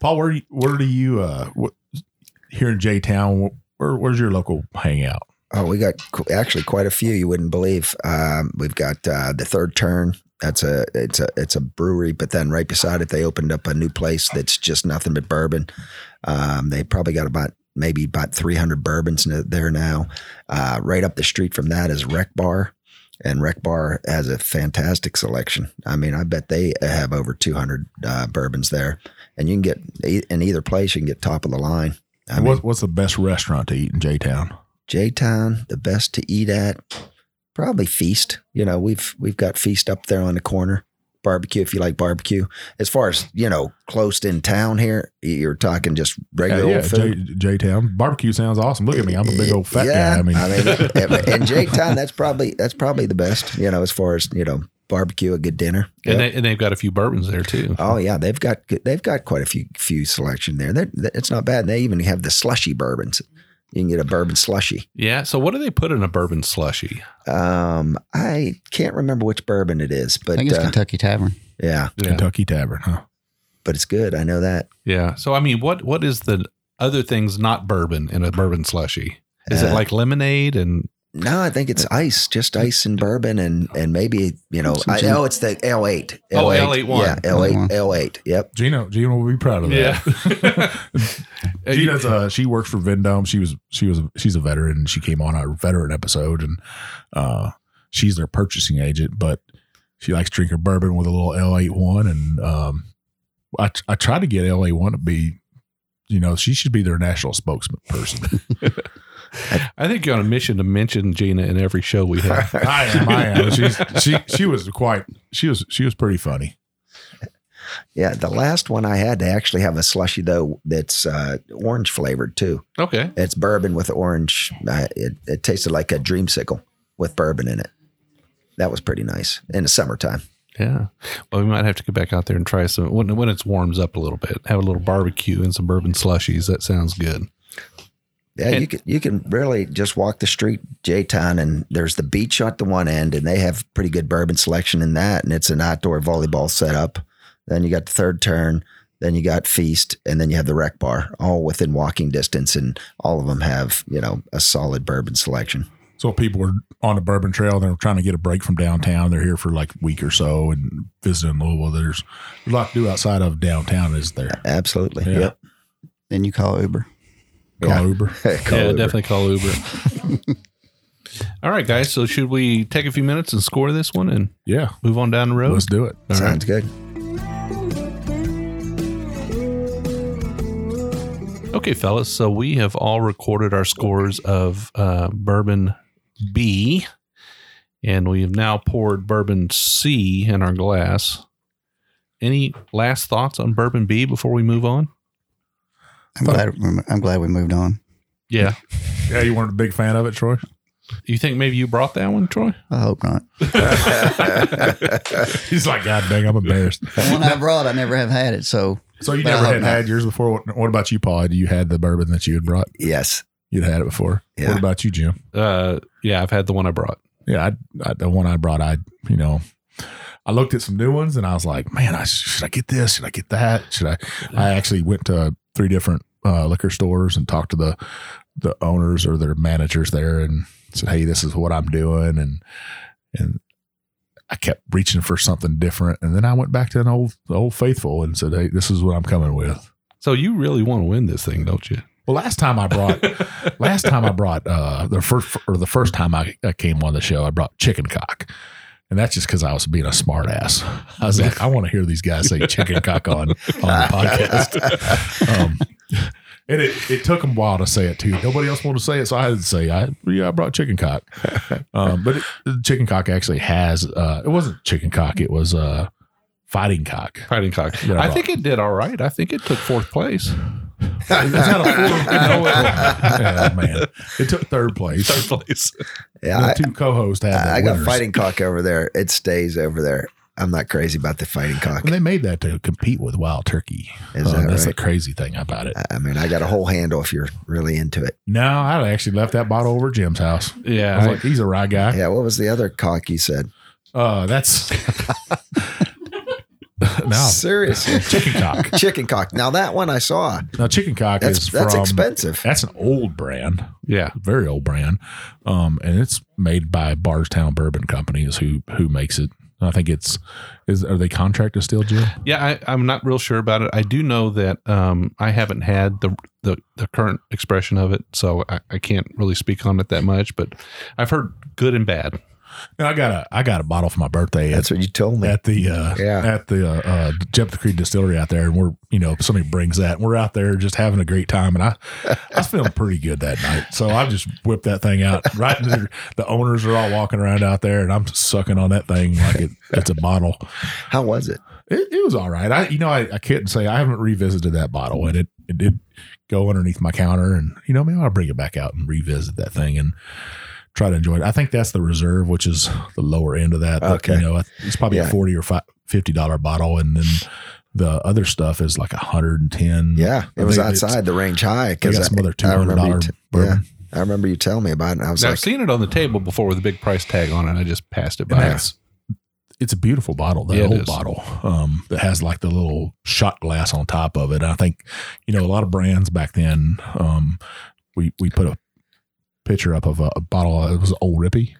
Speaker 1: Paul, where where do you uh what, here in J Town? Where, where's your local hangout?
Speaker 5: Oh, we got qu- actually quite a few you wouldn't believe. Um, we've got uh, the third turn. That's a it's a it's a brewery, but then right beside it they opened up a new place that's just nothing but bourbon. Um, they probably got about maybe about 300 bourbons n- there now. Uh, right up the street from that is Rec Bar, and Rec Bar has a fantastic selection. I mean, I bet they have over 200 uh, bourbons there, and you can get e- in either place. You can get top of the line. I
Speaker 1: And
Speaker 5: mean-
Speaker 1: what, what's the best restaurant to eat in J Town?
Speaker 5: J Town, the best to eat at. Probably Feast. You know, we've we've got Feast up there on the corner. Barbecue, if you like barbecue. As far as you know, close in town here, you're talking just regular
Speaker 1: yeah,
Speaker 5: old food.
Speaker 1: J Town barbecue sounds awesome. Look at me, I'm a big old fat
Speaker 5: Yeah,
Speaker 1: guy. I mean,
Speaker 5: in J Town, that's probably that's probably the best. You know, as far as you know, barbecue, a good dinner.
Speaker 3: And, they, and they've got a few bourbons there too.
Speaker 5: Oh yeah, they've got they've got quite a few few selection there. They're, it's not bad. They even have the slushy bourbons. You can get a bourbon slushy.
Speaker 3: Yeah. So what do they put in a bourbon slushy?
Speaker 5: Um, I can't remember which bourbon it is,
Speaker 2: I
Speaker 5: but
Speaker 2: think it's
Speaker 5: uh,
Speaker 2: Kentucky Tavern.
Speaker 5: Yeah,
Speaker 3: Yeah.
Speaker 1: Kentucky Tavern, huh?
Speaker 5: but it's good. I know that.
Speaker 3: Yeah. So I mean, what what is the other things not bourbon in a bourbon slushy? Is it
Speaker 5: Uh,
Speaker 3: like lemonade and
Speaker 5: No, I think it's ice, just ice and bourbon, and and maybe you know.
Speaker 2: Some
Speaker 5: I
Speaker 2: gin-
Speaker 5: know it's the L eight.
Speaker 3: Oh, L8 one.
Speaker 5: Yeah, L eight.
Speaker 2: L1.
Speaker 5: L eight. Yep.
Speaker 1: Gino, Gino will be proud of that.
Speaker 3: Uh,
Speaker 1: she
Speaker 3: you-
Speaker 1: does. Uh, she works for Vendome. She was. She was. She's a veteran. and She came on our veteran episode, and uh, she's their purchasing agent. But she likes to drink her bourbon with a little L eight one, and um, I I tried to get L eight one to be, you know, she should be their national spokesperson.
Speaker 3: I think you're on a mission to mention Gina in every show we have.
Speaker 1: I am. I am. She's, she she was quite. She was she was pretty funny.
Speaker 5: Yeah, the last one I had to actually have a slushy though that's uh, orange flavored too.
Speaker 3: okay.
Speaker 5: It's bourbon with orange. Uh, it, it tasted like a dreamsicle with bourbon in it. That was pretty nice in the summertime.
Speaker 3: Yeah. Well, we might have to go back out there and try some when when it warms up a little bit. Have a little barbecue and some bourbon slushies. That sounds good.
Speaker 5: Yeah, you
Speaker 3: And-
Speaker 5: can you can really just walk the street, J Town, and there's the beach at the one end, and they have pretty good bourbon selection in that, and it's an outdoor volleyball setup. Then you got the third turn, then you got feast, and then you have the rec bar, all within walking distance, and all of them have you know a solid bourbon selection.
Speaker 1: So people were on the Bourbon Trail. They're trying to get a break from downtown. They're here for like a week or so and visiting Louisville. There's a lot to do outside of downtown, is there?
Speaker 5: Absolutely.
Speaker 1: Yeah.
Speaker 5: Yep.
Speaker 2: Then you call Uber.
Speaker 1: Call
Speaker 5: Yeah.
Speaker 1: Uber.
Speaker 5: Call
Speaker 3: yeah,
Speaker 5: Uber.
Speaker 3: definitely call Uber. All right, guys. So should we take a few minutes and score this one and
Speaker 1: Yeah,
Speaker 3: move on down the road?
Speaker 1: let's do it.
Speaker 3: All right.
Speaker 5: Sounds good.
Speaker 3: Okay, fellas. So we have all recorded our scores of uh, bourbon B, and we have now poured bourbon C in our glass. Any last thoughts on bourbon B before we move on?
Speaker 2: I'm
Speaker 1: Fuck.
Speaker 2: glad. I'm glad we moved on.
Speaker 3: Yeah.
Speaker 1: Yeah, you weren't a big fan of it, Troy?
Speaker 3: You think maybe you brought that one, Troy?
Speaker 2: I hope not.
Speaker 1: He's like, God dang, I'm embarrassed.
Speaker 2: The one I brought, I never have had it. So
Speaker 1: So you
Speaker 2: But I
Speaker 1: never
Speaker 2: hope
Speaker 1: had
Speaker 2: not.
Speaker 1: had yours before. What, what about you, Paul? Had You had the bourbon that you had brought.
Speaker 5: yes.
Speaker 1: You'd had it before.
Speaker 5: Yeah.
Speaker 1: What about you, Jim?
Speaker 3: Uh, yeah, I've had the one I brought.
Speaker 1: Yeah, I, I, the one I brought, I you know, I looked at some new ones and I was like, man, I, should I get this? Should I get that? Should I? I actually went to three different uh, liquor stores and talked to the the owners or their managers there and said, hey, this is what I'm doing, and and I kept reaching for something different, and then I went back to an old old faithful and said, hey, this is what I'm coming with.
Speaker 3: So you really want to win this thing, don't you?
Speaker 1: Well, last time I brought. Last time I brought uh, the first or the first time I, I came on the show, I brought chicken cock, and that's just because I was being a smart ass. I was like, I want to hear these guys say chicken cock on on the podcast. Um, and it, it took them a while to say it too. Nobody else wanted to say it, so I had to say I yeah I brought chicken cock. Um, but it, chicken cock actually has uh, it wasn't chicken cock, it was uh, fighting cock.
Speaker 3: Fighting cock.
Speaker 1: Yeah, I
Speaker 3: I
Speaker 1: brought-
Speaker 3: think it did all right. I think it took fourth place.
Speaker 1: It's not a full- Yeah, man. It took third place.
Speaker 3: Third place.
Speaker 5: Yeah.
Speaker 1: The
Speaker 5: I,
Speaker 1: two co-hosts had the
Speaker 5: I got
Speaker 1: winners.
Speaker 5: fighting cock over there. It stays over there. I'm not crazy about the fighting cock.
Speaker 1: And they made that to compete with wild turkey.
Speaker 5: Is
Speaker 1: Uh,
Speaker 5: that
Speaker 1: that's
Speaker 5: right?
Speaker 1: the crazy thing about it.
Speaker 5: I- I mean, I got a whole handle if you're really into it.
Speaker 1: No, I actually left that bottle over at Jim's house. I
Speaker 3: Yeah.
Speaker 1: was like, he's a rye guy.
Speaker 5: Yeah. What was the other cock you said?
Speaker 1: Uh, that's no
Speaker 5: Seriously.
Speaker 1: chicken cock.
Speaker 5: Chicken cock. Now that one I saw.
Speaker 1: Now chicken cock
Speaker 5: That's
Speaker 1: is
Speaker 5: that's
Speaker 1: from
Speaker 5: expensive.
Speaker 1: that's an old brand,
Speaker 3: yeah.
Speaker 1: very old brand, um, and it's made by Barstown Bourbon Company is who who makes it. I think it's is are they contracted still, Jim?
Speaker 3: Yeah, I, I'm not real sure about it. I do know that um, I haven't had the, the the current expression of it, so I, I can't really speak on it that much. But I've heard good and bad.
Speaker 1: No, I got a I got a bottle for my birthday.
Speaker 5: That's what you told me.
Speaker 1: at the uh,
Speaker 5: Yeah.
Speaker 1: at the uh, uh, Jephthah Creek Distillery out there, and we're you know somebody brings that, and we're out there just having a great time, and I I was feeling pretty good that night, so I just whipped that thing out. Right, in there. the owners are all walking around out there, and I'm just sucking on that thing like it, it's a bottle.
Speaker 5: How was it?
Speaker 1: It, it was all right. I you know I, I couldn't say I haven't revisited that bottle, and it it did go underneath my counter, and you know maybe I'll bring it back out and revisit that thing and. Try to enjoy it. I think that's the reserve, which is the lower end of that. But,
Speaker 5: Okay.
Speaker 1: You know, it's probably a
Speaker 5: Yeah.
Speaker 1: forty or fi- fifty dollar bottle, and then the other stuff is like a hundred and ten.
Speaker 5: Yeah,
Speaker 1: I
Speaker 5: it was
Speaker 1: think it's-
Speaker 5: outside the range high
Speaker 1: I
Speaker 5: because
Speaker 1: got
Speaker 5: I,
Speaker 1: some other two
Speaker 5: I
Speaker 1: hundred
Speaker 5: remember. You
Speaker 1: dollar
Speaker 5: t- yeah,
Speaker 1: bourbon.
Speaker 5: I remember you telling me about it. and I was
Speaker 3: Now,
Speaker 5: like,
Speaker 3: I've seen it on the table before with a big price tag on it. I just passed it
Speaker 1: And
Speaker 3: by.
Speaker 1: that's it's a beautiful bottle, that
Speaker 3: Yeah, it
Speaker 1: old
Speaker 3: is.
Speaker 1: bottle um, that has like the little shot glass on top of it. I think you know a lot of brands back then. Um, we we put a picture up of a, a bottle. It was Old Rippy.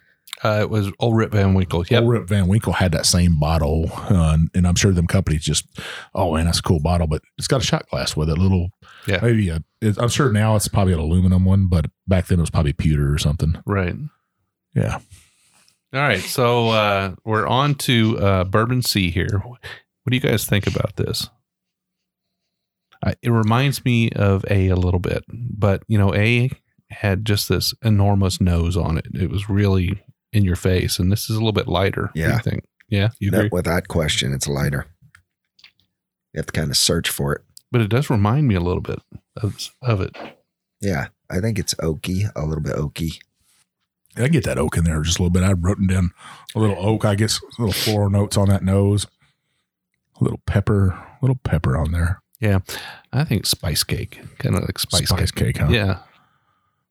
Speaker 3: Uh, it was old Rip Van Winkle. Yep.
Speaker 1: Old Rip Van Winkle had that same bottle, uh, and, and I'm sure them companies just, oh man, that's a cool bottle, but it's got a shot glass with a little,
Speaker 3: Yeah.
Speaker 1: maybe a, it, I'm sure now it's probably an aluminum one, but back then it was probably pewter or something.
Speaker 3: Right.
Speaker 1: Yeah.
Speaker 3: All right. So uh, we're on to uh, Bourbon C here. What do you guys think about this? I, it reminds me of A a little bit, but you know, A had just this enormous nose on it. It was really in your face, and this is a little bit lighter. What do you
Speaker 5: Yeah.
Speaker 3: think? Yeah. You
Speaker 5: No,
Speaker 3: agree?
Speaker 5: without question, it's lighter. You have to kind of search for it.
Speaker 3: But it does remind me a little bit of, of it.
Speaker 5: Yeah, I think it's oaky, a little bit oaky.
Speaker 1: I get that oak in there just a little bit. I'd written down a little oak. I guess little floral notes on that nose, a little pepper, a little pepper on there.
Speaker 3: I think spice cake, kind of like spice,
Speaker 1: Spice
Speaker 3: cake.
Speaker 1: cake, huh?
Speaker 3: Yeah.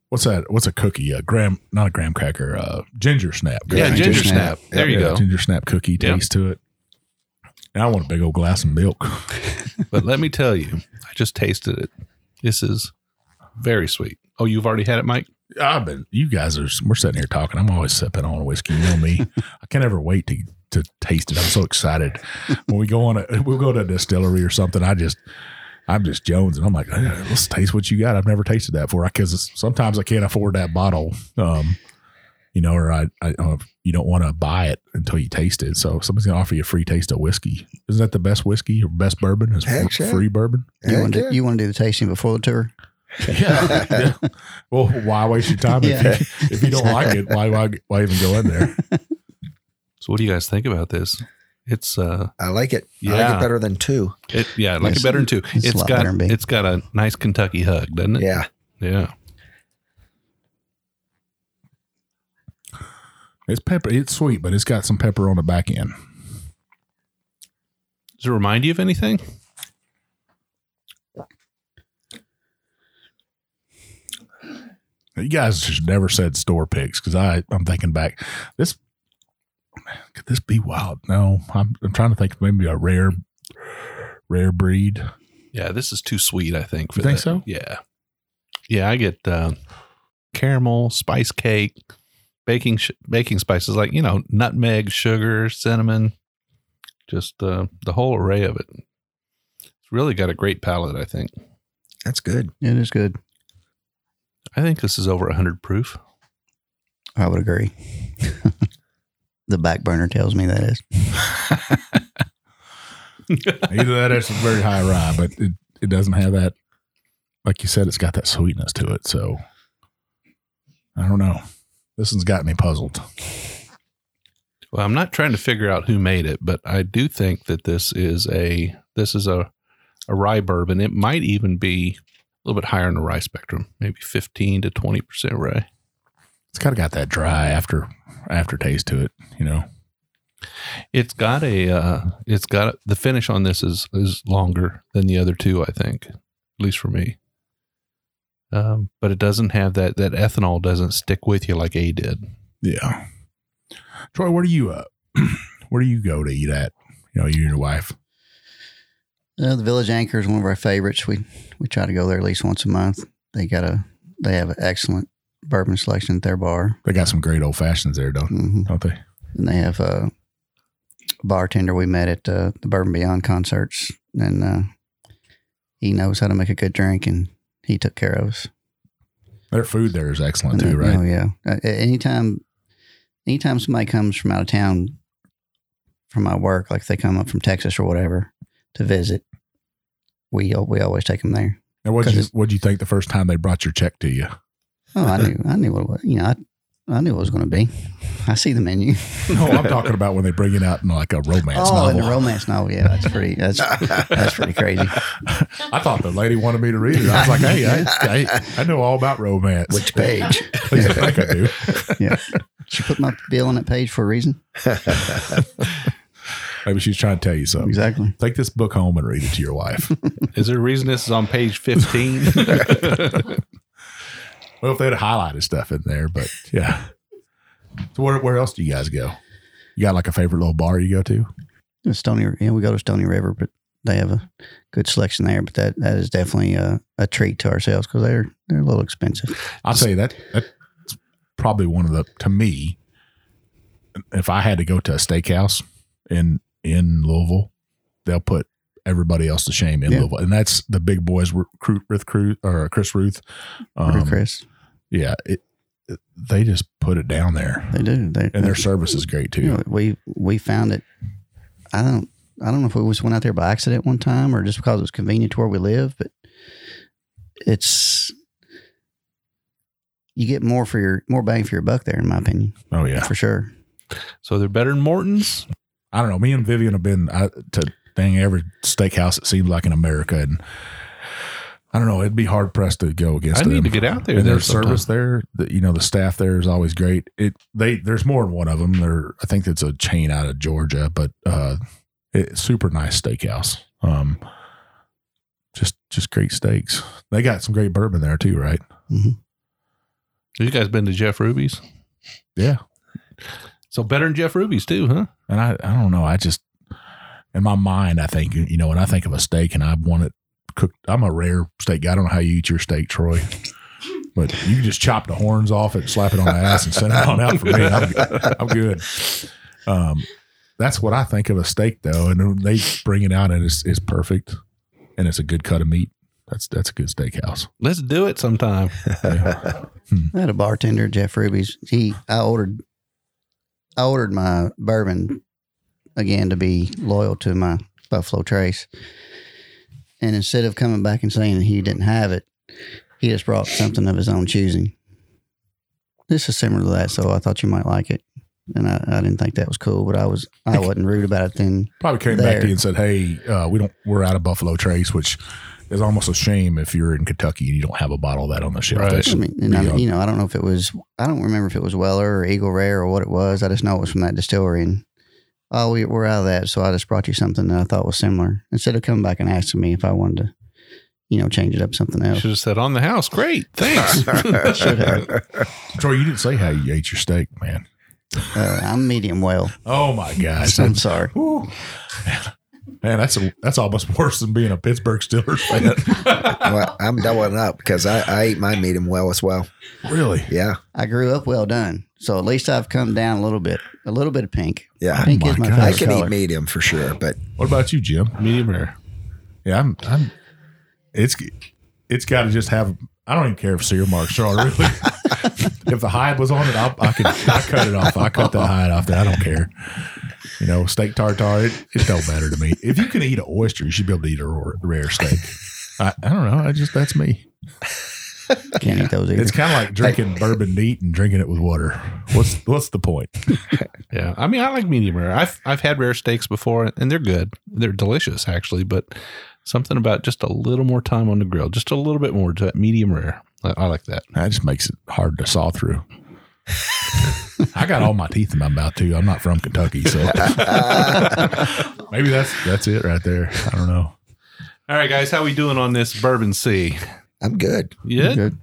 Speaker 1: What's that? What's a cookie? A graham, not a graham cracker, uh, ginger snap.
Speaker 5: Yeah,
Speaker 3: Yeah.
Speaker 5: ginger
Speaker 3: ginger snap.
Speaker 5: snap.
Speaker 3: There
Speaker 1: Yeah,
Speaker 3: you go.
Speaker 1: Ginger snap cookie
Speaker 3: Yeah.
Speaker 1: taste to it. And I want a big old glass of milk.
Speaker 3: But let me tell you, I just tasted it. This is very sweet. Oh, you've already had it, Mike?
Speaker 1: I've been. You guys are. We're sitting here talking. I'm always sipping on whiskey. You know me. I can't ever wait to to taste it. I'm so excited when we go on. A, we'll go to a distillery or something. I just. I'm just Jones, and I'm like, "Eh, let's taste what you got. I've never tasted that before. Because sometimes I can't afford that bottle, um, you know, or I, I uh, you don't want to buy it until you taste it. So if somebody's gonna offer you a free taste of whiskey. Isn't that the best whiskey or best bourbon? Is
Speaker 5: Heck yeah.
Speaker 1: free bourbon?
Speaker 2: You
Speaker 5: Heck
Speaker 2: want to
Speaker 5: yeah.
Speaker 2: you want to do the tasting before the tour?
Speaker 1: Yeah. Yeah. Well, why waste your time
Speaker 2: Yeah.
Speaker 1: if, you, if you don't like it? Why, why why even go in there?
Speaker 3: So what do you guys think about this? It's uh
Speaker 5: I like it. I like
Speaker 3: Yeah.
Speaker 5: it better than two.
Speaker 3: it yeah, I like
Speaker 2: Yes.
Speaker 3: it better than two.
Speaker 2: It's a
Speaker 3: it's
Speaker 2: lot
Speaker 3: got
Speaker 2: better than big.
Speaker 3: it's got a nice Kentucky hug, doesn't it?
Speaker 5: Yeah,
Speaker 3: Yeah.
Speaker 1: It's pepper. It's sweet, but it's got some pepper on the back end.
Speaker 3: Does it remind you of anything?
Speaker 1: You guys just never said store picks because I I'm thinking back. This could this be wild? No, I'm I'm trying to think of maybe a rare rare breed.
Speaker 3: Yeah, this is too sweet, I think.
Speaker 1: You think so?
Speaker 3: Yeah. Yeah, I get uh, caramel, spice cake, baking sh- baking spices like, you know, nutmeg, sugar, cinnamon, just uh, the whole array of it. It's really got a great palate, I think.
Speaker 5: that's good.
Speaker 2: It is good.
Speaker 3: I think this is over 100 proof.
Speaker 2: I would agree. the back burner tells me that is.
Speaker 1: Either that or it's very high rye, but it, it doesn't have that. Like you said, it's got that sweetness to it. So I don't know. This one's got me puzzled.
Speaker 3: Well, I'm not trying to figure out who made it, but I do think that this is a this is a a rye bourbon. It might even be a little bit higher in the rye spectrum, maybe 15 to 20% rye.
Speaker 1: It's kind of got that dry after aftertaste to it, you know.
Speaker 3: It's got a uh, it's got the finish on this is is longer than the other two, I think, at least for me. Um, but it doesn't have that that ethanol doesn't stick with you like A did.
Speaker 1: Yeah. Troy, where do you uh, where do you go to eat at? You know, you and your wife.
Speaker 2: Uh, the Village Anchor is one of our favorites. We we try to go there at least once a month. They got a they have an excellent bourbon selection at their bar,
Speaker 1: They got some great old fashions there, don't
Speaker 5: Mm-hmm.
Speaker 2: hmm
Speaker 1: don't they?
Speaker 2: and they have a bartender we met at uh, the Bourbon Beyond concerts, and uh, he knows how to make a good drink, and he took care of us.
Speaker 1: Their food there is excellent
Speaker 2: And,
Speaker 1: too,
Speaker 2: uh,
Speaker 1: right?
Speaker 2: Oh yeah. Uh, a- anytime, anytime somebody comes from out of town, from my work, like if they come up from Texas or whatever to visit, we al- we always take them there.
Speaker 1: And what
Speaker 2: 'Cause
Speaker 1: you
Speaker 2: it's-
Speaker 1: what you think the first time they brought your check to you?
Speaker 2: Oh, I knew I knew what it was. You know, I, I knew what it was going to be. I see the menu.
Speaker 1: No, I'm talking about when they bring it out in like a romance
Speaker 2: oh,
Speaker 1: novel.
Speaker 2: in the romance novel, yeah, that's pretty. That's that's pretty crazy.
Speaker 1: I thought the lady wanted me to read it. I was like, hey, I, I, I know all about romance.
Speaker 5: Which page?
Speaker 1: At least I think I do.
Speaker 2: She put my bill on that page for a reason.
Speaker 1: Maybe she's trying to tell you something.
Speaker 2: Exactly.
Speaker 1: Take this book home and read it to your wife.
Speaker 3: Is there a reason this is on page 15?
Speaker 1: well, if they had highlighted stuff in there, but yeah. So where, where else do you guys go? You got like a favorite little bar you go to?
Speaker 2: And Stony, yeah, we go to Stony River, but they have a good selection there. But that, that is definitely a, a treat to ourselves because they're they're a little expensive.
Speaker 1: I'll tell you that that's probably one of the to me. If I had to go to a steakhouse in in Louisville, they'll put everybody else to shame in
Speaker 2: Yeah.
Speaker 1: Louisville, and that's the big boys. Ru- Cru- Ruth Cru or Chris Ruth,
Speaker 2: Or
Speaker 1: um,
Speaker 2: Chris,
Speaker 1: yeah, it, it- they just put it down there,
Speaker 2: they do. They,
Speaker 1: and their service is great too.
Speaker 2: you know, we we found it. I don't I don't know if we just went out there by accident one time or just because it was convenient to where we live, but it's you get more for your more bang for your buck there, in my opinion,
Speaker 1: Oh yeah,
Speaker 2: for sure.
Speaker 3: So they're better than Morton's.
Speaker 1: I don't know. Me and Vivian have been I, to dang every steakhouse it seems like in America, and I don't know. It'd be hard pressed to go against.
Speaker 3: I need
Speaker 1: them.
Speaker 3: to get out there.
Speaker 1: and
Speaker 3: there
Speaker 1: their service
Speaker 3: sometime.
Speaker 1: there, the, you know, the staff there is always great. It they there's more than one of them. There, I think that's a chain out of Georgia, but uh, it's super nice steakhouse. Um, just just great steaks. They got some great bourbon there too, right?
Speaker 3: You guys been to Jeff Ruby's?
Speaker 1: Yeah,
Speaker 3: So better than Jeff Ruby's too, huh?
Speaker 1: and I I don't know. I just in my mind, I think you know when I think of a steak and I want it cooked. I'm a rare steak guy. I don't know how you eat your steak, Troy. But you can just chop the horns off it, slap it on the ass, and send it on out for me. I'm, I'm good. Um, that's what I think of a steak though, and then they bring it out and it's, it's perfect, and it's a good cut of meat. That's that's a good steakhouse.
Speaker 3: Let's do it sometime.
Speaker 2: I had a bartender, Jeff Ruby's. He I ordered I ordered my bourbon again to be loyal to my Buffalo Trace. And instead of coming back and saying he didn't have it, he just brought something of his own choosing. This is similar to that, so I thought you might like it. And I, I didn't think that was cool, but I was I wasn't rude about it then.
Speaker 1: Probably came back
Speaker 2: There.
Speaker 1: to you and said, "Hey, uh, we don't we're out of Buffalo Trace," which is almost a shame if you're in Kentucky and you don't have a bottle of that on the shelf.
Speaker 3: Right.
Speaker 1: That
Speaker 2: I
Speaker 1: should
Speaker 2: mean, and
Speaker 1: be
Speaker 2: I,
Speaker 1: on-
Speaker 2: you know, I don't know if it was, I don't remember if it was Weller or Eagle Rare or what it was. I just know it was from that distillery. And oh, we, we're out of that. So I just brought you something that I thought was similar instead of coming back and asking me if I wanted to, you know, change it up something else.
Speaker 3: Should have said on the house. Great, thanks.
Speaker 1: Troy, you didn't say how you ate your steak, man.
Speaker 2: Uh, I'm medium well.
Speaker 1: Oh my gosh,
Speaker 2: I'm sorry.
Speaker 1: Woo. man, that's a, that's almost worse than being a Pittsburgh Steelers fan.
Speaker 5: well, I'm doubling up because I, I eat my medium well as well.
Speaker 1: really?
Speaker 5: Yeah.
Speaker 2: I grew up well done. So at least I've come down a little bit, a little bit of pink.
Speaker 5: Yeah.
Speaker 2: Pink
Speaker 1: my
Speaker 2: is my
Speaker 1: God.
Speaker 5: I
Speaker 2: favorite
Speaker 5: can
Speaker 2: color.
Speaker 5: eat medium for sure, but
Speaker 1: What about you, Jim?
Speaker 3: Medium rare.
Speaker 1: Yeah, I'm. I'm it's it's got to just have. I don't even care if seal marks are on it, really. if the hide was on it, I'll, I could I cut it off. I cut that hide off. That I don't care. You know, steak tartare. It, it don't matter to me. If you can eat an oyster, you should be able to eat a rare, rare steak. I, I don't know. I just that's me.
Speaker 2: Can't eat those either.
Speaker 1: It's kind of like drinking bourbon neat and drinking it with water. What's what's the point?
Speaker 3: Yeah, I mean, I like medium rare. I've I've had rare steaks before, and they're good. They're delicious, actually. But something about just a little more time on the grill, just a little bit more to that medium rare. I, I like that.
Speaker 1: That just makes it hard to saw through. I got all my teeth in my mouth too. I'm not from Kentucky, so maybe that's that's it right there. I don't know.
Speaker 3: All right, guys, how we doing on this bourbon C?
Speaker 5: I'm good.
Speaker 3: Yeah.
Speaker 2: Good.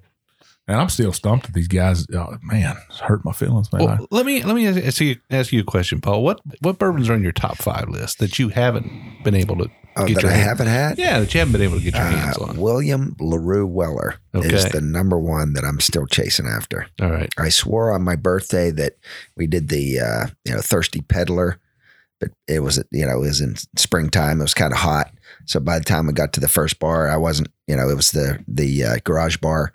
Speaker 1: And I'm still stumped at these guys. Oh, man, it's hurt my feelings, man.
Speaker 3: Well, let me let me ask you, ask you a question, Paul. What what bourbons are on your top five list that you haven't been able to
Speaker 5: Oh,
Speaker 3: get
Speaker 5: that
Speaker 3: your
Speaker 5: I
Speaker 3: hands?
Speaker 5: haven't had?
Speaker 3: Yeah, that you haven't been able to get your
Speaker 5: Uh,
Speaker 3: hands on.
Speaker 5: William LaRue Weller is
Speaker 3: Okay.
Speaker 5: the number one that I'm still chasing after.
Speaker 3: All right.
Speaker 5: I swore on my birthday that we did the uh, you know thirsty peddler, but it was you know it was in springtime. It was kind of hot, so by the time we got to the first bar, I wasn't you know it was the the uh, garage bar,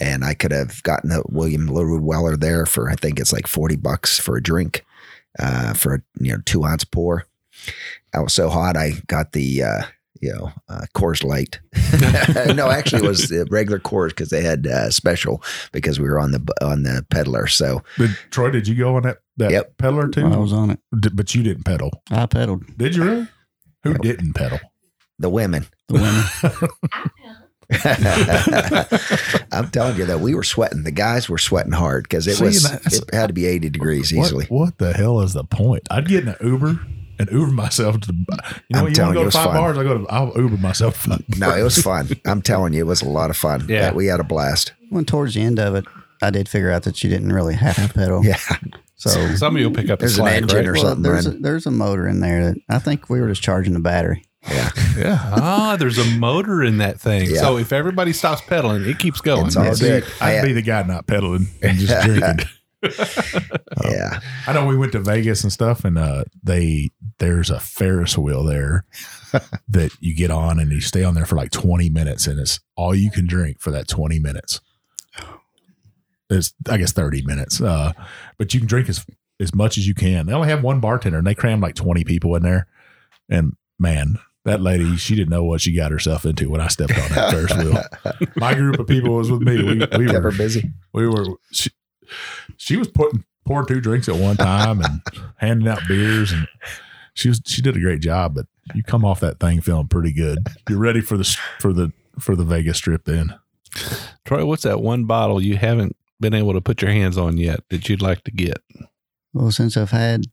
Speaker 5: and I could have gotten the William Leroy Weller there for I think it's like forty bucks for a drink, uh, for a you know two ounce pour. I was so hot, I got the. Uh, you know, uh, Coors Light. no, actually, it was the regular Coors because they had uh, special because we were on the on the peddler. So
Speaker 1: But Troy, did you go on that that
Speaker 5: Yep.
Speaker 1: peddler too?
Speaker 2: I was on it.
Speaker 1: D- but you didn't pedal,
Speaker 2: I pedaled
Speaker 1: did you? Really? Who
Speaker 5: Nope.
Speaker 1: didn't pedal?
Speaker 5: the women,
Speaker 2: the women.
Speaker 5: I'm telling you that we were sweating. The guys were sweating hard because it
Speaker 1: See,
Speaker 5: was
Speaker 1: that's-
Speaker 5: it had to be 80 degrees
Speaker 1: What-
Speaker 5: easily.
Speaker 1: What, the hell is the point? I'd get in an Uber and Uber myself to. the- You know,
Speaker 5: I'm
Speaker 1: what, you want to
Speaker 5: telling you,
Speaker 1: go
Speaker 5: it
Speaker 1: to
Speaker 5: was
Speaker 1: five
Speaker 5: fun.
Speaker 1: bars? I go to. I'll Uber myself. to five
Speaker 5: No, it was fun. I'm telling you, it was a lot of fun.
Speaker 3: Yeah.
Speaker 5: we had a blast.
Speaker 1: Oh.
Speaker 2: When towards the end of it, I did figure out that you didn't really have to pedal.
Speaker 5: Yeah,
Speaker 2: So
Speaker 3: Some of you will pick up the
Speaker 5: There's an
Speaker 3: slack,
Speaker 5: engine
Speaker 3: right?
Speaker 5: or
Speaker 2: Well,
Speaker 5: something,
Speaker 2: there's, a,
Speaker 5: right?
Speaker 2: there's a motor in there that I think we were just charging the battery.
Speaker 3: Yeah. Ah, there's a motor in that thing.
Speaker 5: Yeah.
Speaker 3: So if everybody stops pedaling, it keeps going.
Speaker 5: It's all
Speaker 1: I'd,
Speaker 5: good.
Speaker 1: be, I'd be the guy not pedaling and just drinking. Oh.
Speaker 5: Yeah.
Speaker 1: I know we went to Vegas and stuff, and uh, they there's a Ferris wheel there that you get on and you stay on there for like 20 minutes, and it's all you can drink for that 20 minutes. It's I guess 30 minutes, uh, but you can drink as as much as you can. They only have one bartender, and they cram like 20 people in there. And man, that lady, she didn't know what she got herself into when I stepped on that Ferris wheel. My group of people was with me. We, we
Speaker 5: Kept her
Speaker 1: were
Speaker 5: busy.
Speaker 1: we were she, she was putting pouring two drinks at one time and handing out beers and she was she did a great job but you come off that thing feeling pretty good you're ready for the for the for the vegas trip then
Speaker 3: Troy, what's that one bottle you haven't been able to put your hands on yet that you'd like to get?
Speaker 2: Well, since I've had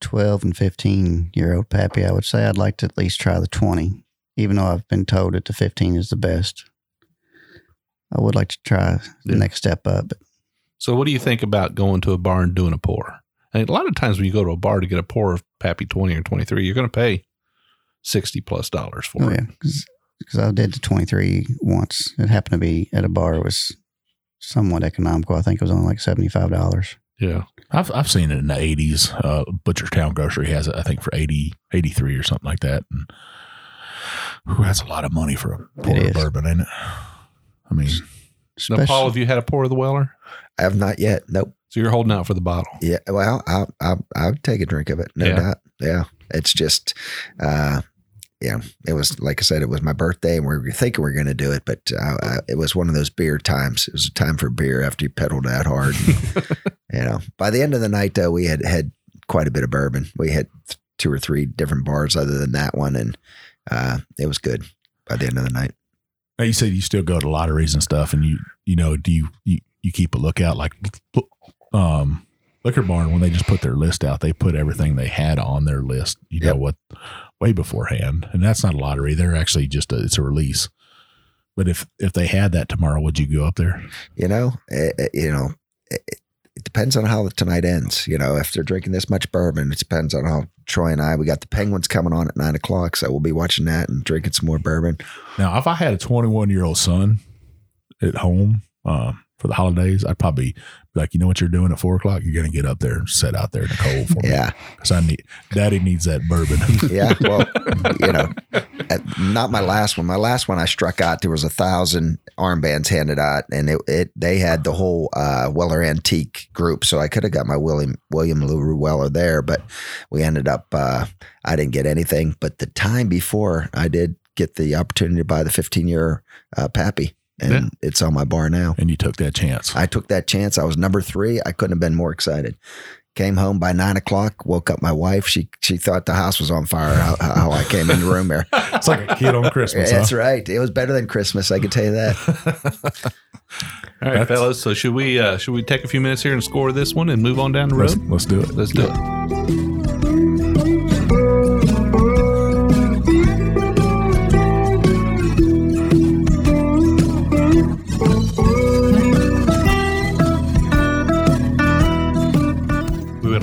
Speaker 2: 12 and 15 year old Pappy, I would say I'd like to at least try the 20, even though I've been told that the 15 is the best. I would like to try the
Speaker 3: Yeah.
Speaker 2: next step up. But
Speaker 3: So what do you think about going to a bar and doing a pour? And a lot of times when you go to a bar to get a pour of Pappy 20 or 23, you're going to pay 60 plus dollars for
Speaker 2: oh,
Speaker 3: it.
Speaker 2: yeah, because I did the 23 once. It happened to be at a bar. It was somewhat economical. I think it was only like $75.
Speaker 3: Yeah.
Speaker 1: i've, I've seen it in the 80s uh butchertown grocery has it i think for 80 83 or something like that and whew, that's a lot of money for a port
Speaker 2: is.
Speaker 1: of bourbon ain't it i mean
Speaker 3: Now, Paul,
Speaker 2: Especially-
Speaker 3: have you had a pour of the Weller?
Speaker 5: I have not yet. Nope.
Speaker 3: So you're holding out for the bottle.
Speaker 5: Yeah. Well, I I I would take a drink of it. No
Speaker 3: Yeah.
Speaker 5: doubt. Yeah. It's just, uh, yeah. It was like I said, it was my birthday, and we were thinking we were going to do it, but uh, I, it was one of those beer times. It was a time for beer after you pedaled that hard. you know, by the end of the night though, we had had quite a bit of bourbon. We had th- two or three different bars other than that one, and uh, it was good by the end of the night.
Speaker 1: Now you said you still go to lotteries and stuff, and you you know do you you, you keep a lookout like um liquor barn when they just put their list out, they put everything they had on their list. You
Speaker 5: Yep.
Speaker 1: know what, way beforehand, and that's not a lottery. They're actually just a, it's a release. But if if they had that tomorrow, would you go up there?
Speaker 5: you know it, it- you know it, it- it depends on how tonight ends you know if they're drinking this much bourbon it depends on how troy and i we got the penguins coming on at nine o'clock so we'll be watching that and drinking some more bourbon
Speaker 1: Now, if I had a 21 year old son at home um, for the holidays, I'd probably be like, you know what you're doing at four o'clock? You're going to get up there and sit out there in the cold for me
Speaker 5: yeah
Speaker 1: because I need daddy needs that bourbon.
Speaker 5: yeah well you know uh, not my last one my last one i struck out there was a thousand armbands handed out and it, it they had the whole uh, weller antique group so i could have got my william william LaRue weller there but we ended up uh, i didn't get anything but the time before i did get the opportunity to buy the 15 year uh, pappy and
Speaker 3: Yeah.
Speaker 5: it's on my bar now
Speaker 1: and you took that chance.
Speaker 5: I took that chance. I was number three. I couldn't have been more excited. Came home by nine o'clock. Woke up my wife. She she thought the house was on fire. How, how I came in the room there.
Speaker 1: It's like a kid on Christmas.
Speaker 5: That's
Speaker 1: huh?
Speaker 5: right. It was better than Christmas. I can tell you that.
Speaker 3: All right,
Speaker 1: That's-
Speaker 3: fellas. So should we uh, should we take a few minutes here and score this one and move on down the road?
Speaker 1: Let's, let's do it.
Speaker 3: Let's do it. We would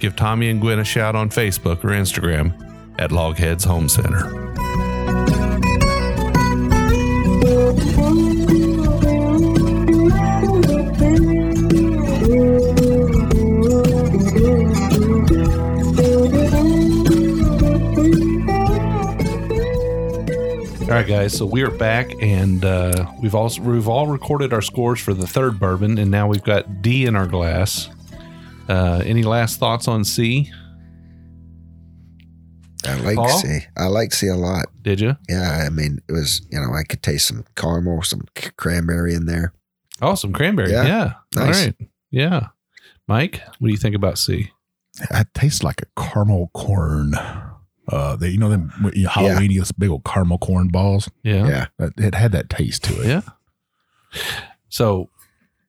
Speaker 3: give Tommy and Gwen a shout on Facebook or Instagram at Logheads Home Center.
Speaker 6: Thank you.
Speaker 3: All right, guys. So we are back, and uh, we've also we've all recorded our scores for the third bourbon, and now we've got D in our glass. Uh, any last thoughts on C?
Speaker 5: I like
Speaker 3: Paul?
Speaker 5: C. I like C a lot.
Speaker 3: Did you?
Speaker 5: Yeah, I mean, it was you know I could taste some caramel, some c- cranberry in there.
Speaker 3: Oh, some cranberry. Yeah.
Speaker 5: Yeah. Nice.
Speaker 3: All right. Yeah. Mike, what do you think about C?
Speaker 1: It tastes like a caramel corn. Uh, they, you know them you know, Halloween, those big old caramel corn balls.
Speaker 3: Yeah.
Speaker 5: Yeah,
Speaker 1: That- It had that taste to it.
Speaker 3: Yeah. So,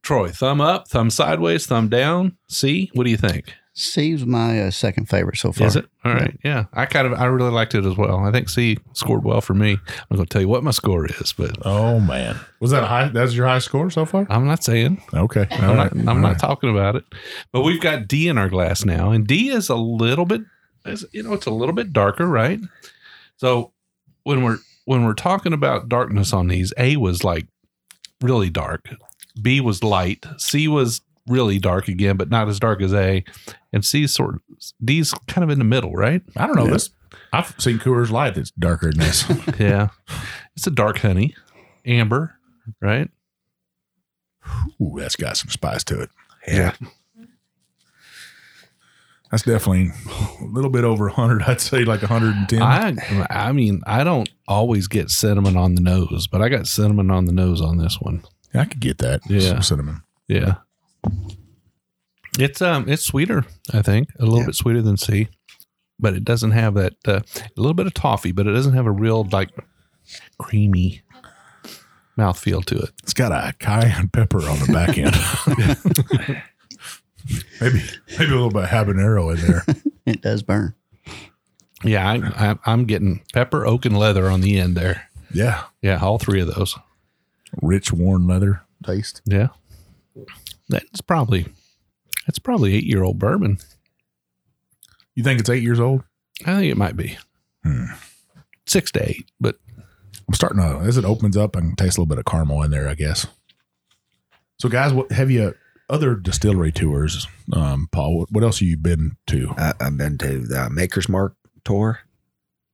Speaker 3: Troy, thumb up, thumb sideways, thumb down. C, what do you think?
Speaker 2: Steve's my uh, second favorite so far.
Speaker 3: Is it? All right. Yeah. I kind of, I really liked it as well. I think C scored well for me. I'm going to tell you what my score is, but
Speaker 1: Oh man, was that a high? That's your high score so far?
Speaker 3: I'm not saying.
Speaker 1: Okay,
Speaker 3: I'm not, I'm not talking about it. But we've got D in our glass now, and D is a little bit, is, you know, it's a little bit darker, right? So when we're when we're talking about darkness on these, A was like really dark, B was light, C was really dark again, but not as dark as A, and C's sort of D's kind of in the middle, right?
Speaker 1: I don't know
Speaker 5: Yeah.
Speaker 1: this. I've seen Coors Light that's darker than this.
Speaker 3: yeah, it's a dark honey, amber, right?
Speaker 1: Ooh, that's got some spice to it.
Speaker 5: yeah.
Speaker 1: That's definitely a little bit over 100. I'd say like 110.
Speaker 3: I I mean I don't always get cinnamon on the nose, but I got cinnamon on the nose on this one.
Speaker 1: I could get that.
Speaker 3: Yeah.
Speaker 1: Some cinnamon.
Speaker 3: Yeah. It's um it's sweeter, I think, a little
Speaker 5: Yeah.
Speaker 3: bit sweeter than C, but it doesn't have that uh, a little bit of toffee, but it doesn't have a real like creamy mouthfeel to it.
Speaker 1: It's got a cayenne pepper on the back end. maybe maybe a little bit of habanero in there.
Speaker 2: It does burn.
Speaker 3: Yeah, I, I, I'm getting pepper, oak, and leather on the end there.
Speaker 1: Yeah.
Speaker 3: Yeah, all three of those.
Speaker 1: Rich worn leather taste.
Speaker 3: Yeah, that's probably that's probably eight year old bourbon.
Speaker 1: You think it's eight years old?
Speaker 3: I think it might be
Speaker 1: Hmm.
Speaker 3: six to eight, but
Speaker 1: I'm starting to as it opens up, I can taste a little bit of caramel in there, I guess. So guys, what have you other distillery tours, um, Paul? What, what else have you been to?
Speaker 5: I, I've been to the Maker's Mark tour.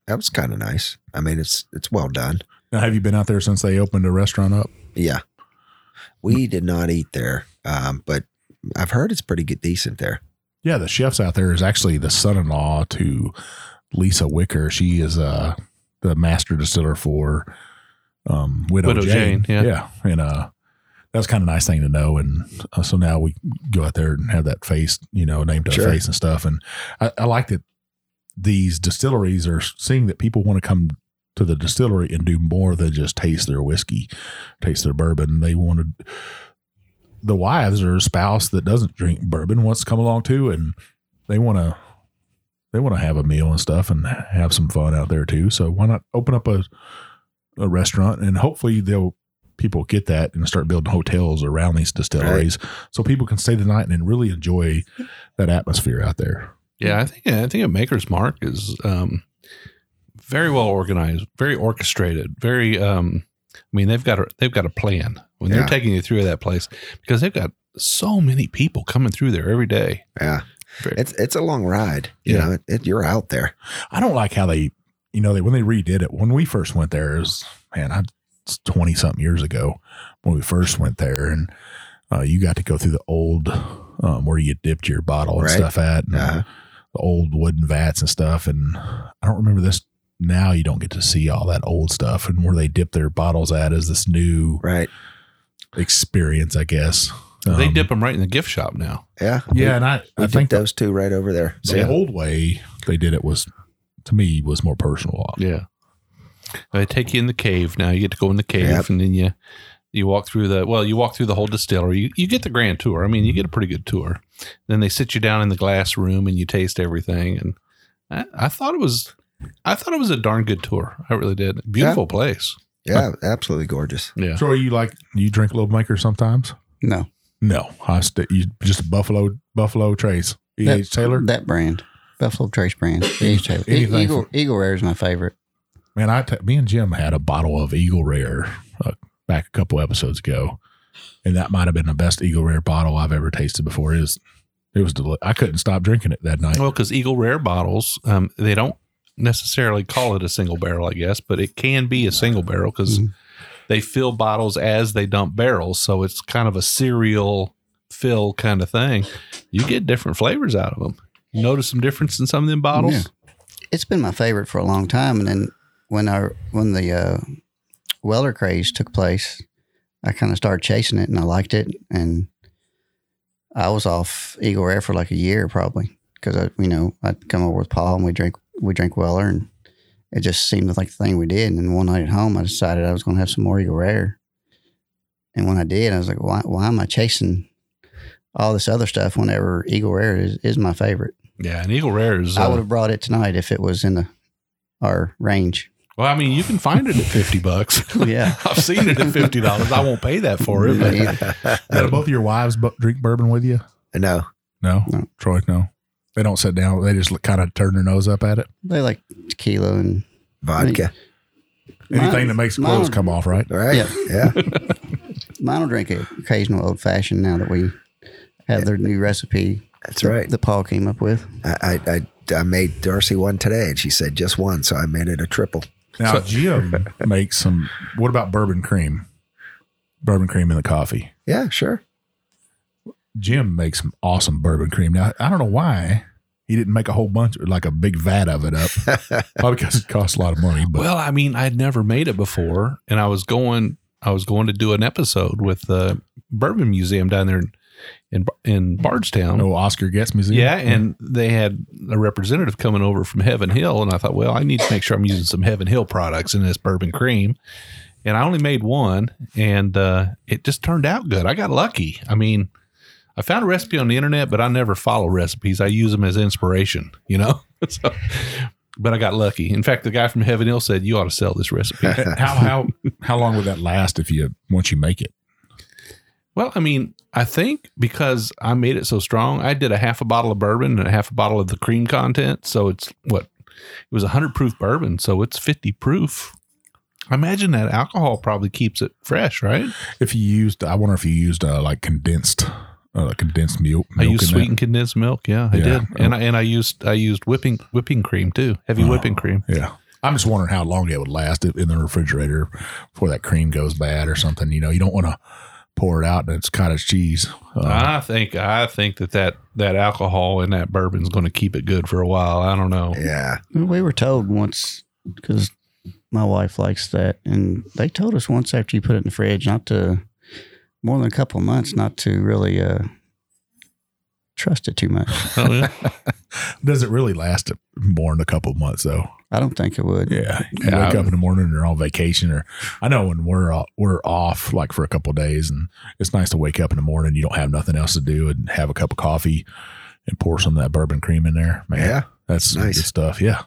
Speaker 5: That was kind of nice. I mean, it's it's well done.
Speaker 1: Now, have you been out there since they opened the restaurant up?
Speaker 5: Yeah, we did not eat there, um, but I've heard it's pretty good, decent there.
Speaker 1: Yeah, the chef's out there is actually the son-in-law to Lisa Wicker. She is uh the master distiller for um Widow,
Speaker 3: Widow
Speaker 1: Jane.
Speaker 3: Jane, yeah.
Speaker 1: and uh that's kind of a nice thing to know. And uh, so now we go out there and have that face, you know, named to a
Speaker 5: Sure.
Speaker 1: face and stuff. And I, I like that these distilleries are seeing that people want to come to the distillery and do more than just taste their whiskey, taste their bourbon. They wanted the wives or spouse that doesn't drink bourbon wants to come along too, and they want to they want to have a meal and stuff and have some fun out there too. So why not open up a a restaurant and hopefully they'll people get that and start building hotels around these distilleries so people can stay the night and then really enjoy that atmosphere out there.
Speaker 3: Yeah, I think I think a maker's mark is um, very well organized, very orchestrated, very. Um, I mean, they've got a they've got a plan when
Speaker 5: Yeah.
Speaker 3: they're taking you through that place because they've got so many people coming through there every day.
Speaker 5: Yeah,
Speaker 3: Very-
Speaker 5: it's it's a long ride. You
Speaker 3: Yeah.
Speaker 5: know, it, it, you're out there.
Speaker 1: I don't like how they you know they when they redid it when we first went there is man I it's 20 something years ago when we first went there and uh, you got to go through the old um, where you dipped your bottle and
Speaker 5: Right.
Speaker 1: stuff at and
Speaker 5: Uh,
Speaker 1: the old wooden vats and stuff. And I don't remember this now. You don't get to see all that old stuff and where they dip their bottles at is this new
Speaker 5: right.
Speaker 1: experience, I guess.
Speaker 3: they
Speaker 1: Um,
Speaker 3: dip them right in the gift shop now.
Speaker 5: Yeah.
Speaker 1: Yeah, and I,
Speaker 5: We,
Speaker 1: I
Speaker 5: we did
Speaker 1: think the,
Speaker 5: those two right over there.
Speaker 1: the old way they did it was, to me, was more personal.
Speaker 3: Yeah, they take you in the cave now. You get to go in the cave,
Speaker 5: Yep.
Speaker 3: and then you you walk through the well, you walk through the whole distillery. You, you get the grand tour. I mean, you get a pretty good tour. Then they sit you down in the glass room, and you taste everything. And I, I thought it was, I thought it was a darn good tour. I really did. Beautiful place.
Speaker 5: yeah, absolutely gorgeous.
Speaker 3: Yeah.
Speaker 1: Troy, you like you drink a little maker sometimes?
Speaker 2: No.
Speaker 1: No, I st- you just a Buffalo Buffalo Trace. E.
Speaker 2: That-
Speaker 1: H. Taylor.
Speaker 2: That brand. Buffalo Trace brand. E. H. Taylor. E-
Speaker 1: Anything
Speaker 2: Eagle, Eagle Rare is my favorite.
Speaker 1: Man, I t- me and Jim had a bottle of Eagle Rare uh, back a couple episodes ago, and that might have been the best Eagle Rare bottle I've ever tasted before. It was, it was deli- I couldn't stop drinking it that night.
Speaker 3: Well, because Eagle Rare bottles, um, they don't necessarily call it a single barrel, I guess, but it can be a single barrel because
Speaker 2: Mhm.
Speaker 3: they fill bottles as they dump barrels. So it's kind of a serial fill kind of thing. You get different flavors out of them. Notice some difference in some of them bottles.
Speaker 2: Yeah. It's been my favorite for a long time, and then when our when the uh, Weller craze took place, I kind of started chasing it, and I liked it, and I was off Eagle Rare for like a year probably because I you know I'd come over with Paul and we drink we drink Weller, and it just seemed like the thing we did. And then one night at home, I decided I was going to have some more Eagle Rare, and when I did, I was like, why why am I chasing all this other stuff whenever Eagle Rare is, is my favorite.
Speaker 3: Yeah, and Eagle Rare is.
Speaker 2: I
Speaker 3: uh,
Speaker 2: would have brought it tonight if it was in the our range.
Speaker 3: well, I mean, you can find it at fifty bucks.
Speaker 2: Yeah.
Speaker 3: I've seen it at fifty dollars. I won't pay that for it. But
Speaker 1: Do both of your wives bu- drink bourbon with you?
Speaker 5: Uh, no,
Speaker 1: No,
Speaker 2: No.
Speaker 1: Troy, no. They don't sit down. They just kind of turn their nose up at it.
Speaker 2: They like tequila and
Speaker 5: vodka.
Speaker 1: Anything
Speaker 2: Mine-
Speaker 1: that makes
Speaker 2: mine-
Speaker 1: clothes come off, right?
Speaker 5: Right?
Speaker 2: Yeah.
Speaker 5: Yeah.
Speaker 2: mine will drink an occasional old fashioned now that we have their new recipe
Speaker 5: That's
Speaker 2: that,
Speaker 5: right.
Speaker 2: that Paul came up with.
Speaker 5: I, I I I made Darcy one today, and she said just one, so I made it a triple.
Speaker 1: Now, Jim makes some. What about bourbon cream? Bourbon cream in the coffee.
Speaker 5: Yeah, sure.
Speaker 1: Jim makes some awesome bourbon cream. Now, I don't know why he didn't make a whole bunch, like a big vat of it up. Probably because it costs a lot of money. But
Speaker 3: well, I mean, I'd never made it before, and I was going, I was going to do an episode with the Bourbon Museum down there in in Bardstown.
Speaker 1: no Oscar Getz Museum.
Speaker 3: Yeah, and they had a representative coming over from Heaven Hill, and I thought, well, I need to make sure I'm using some Heaven Hill products in this bourbon cream. And I only made one, and uh, it just turned out good. I got lucky. I mean, I found a recipe on the internet, but I never follow recipes. I use them as inspiration, you know. so, but I got lucky. In fact, the guy from Heaven Hill said you ought to sell this recipe.
Speaker 1: how how how long would that last if you once you make it?
Speaker 3: Well, I mean, I think because I made it so strong, I did a half a bottle of bourbon and a half a bottle of the cream content. So it's what it was 100 proof bourbon. So it's 50 proof. I imagine that alcohol probably keeps it fresh, right?
Speaker 1: If you used, I wonder if you used uh, like condensed, uh, condensed milk.
Speaker 3: I
Speaker 1: milk
Speaker 3: used
Speaker 1: in that.
Speaker 3: sweetened condensed milk. Yeah, I
Speaker 1: Yeah.
Speaker 3: did, and I and I used I used whipping whipping cream too, heavy
Speaker 1: Oh.
Speaker 3: whipping cream.
Speaker 1: Yeah. I'm just wondering how long it would last in the refrigerator before that cream goes bad or something. You know, you don't want to pour it out and it's cottage cheese. Uh,
Speaker 3: I think I think that that that alcohol and that bourbon's going to keep it good for a while. I don't know.
Speaker 5: Yeah.
Speaker 2: We were told once because my wife likes that, and they told us once after you put it in the fridge not to more than a couple of months not to really uh, trust it too much.
Speaker 3: Oh, yeah.
Speaker 1: does it really last more than a couple of months though?
Speaker 2: I don't think it would.
Speaker 1: Yeah. You
Speaker 3: Yeah,
Speaker 1: wake
Speaker 3: I-
Speaker 1: up in the morning and you're on vacation or I know when we're off, we're off like for a couple of days and it's nice to wake up in the morning. You don't have nothing else to do and have a cup of coffee and pour some of that bourbon cream in there. Man,
Speaker 5: Yeah.
Speaker 1: that's some
Speaker 5: Nice.
Speaker 1: good stuff. Yeah.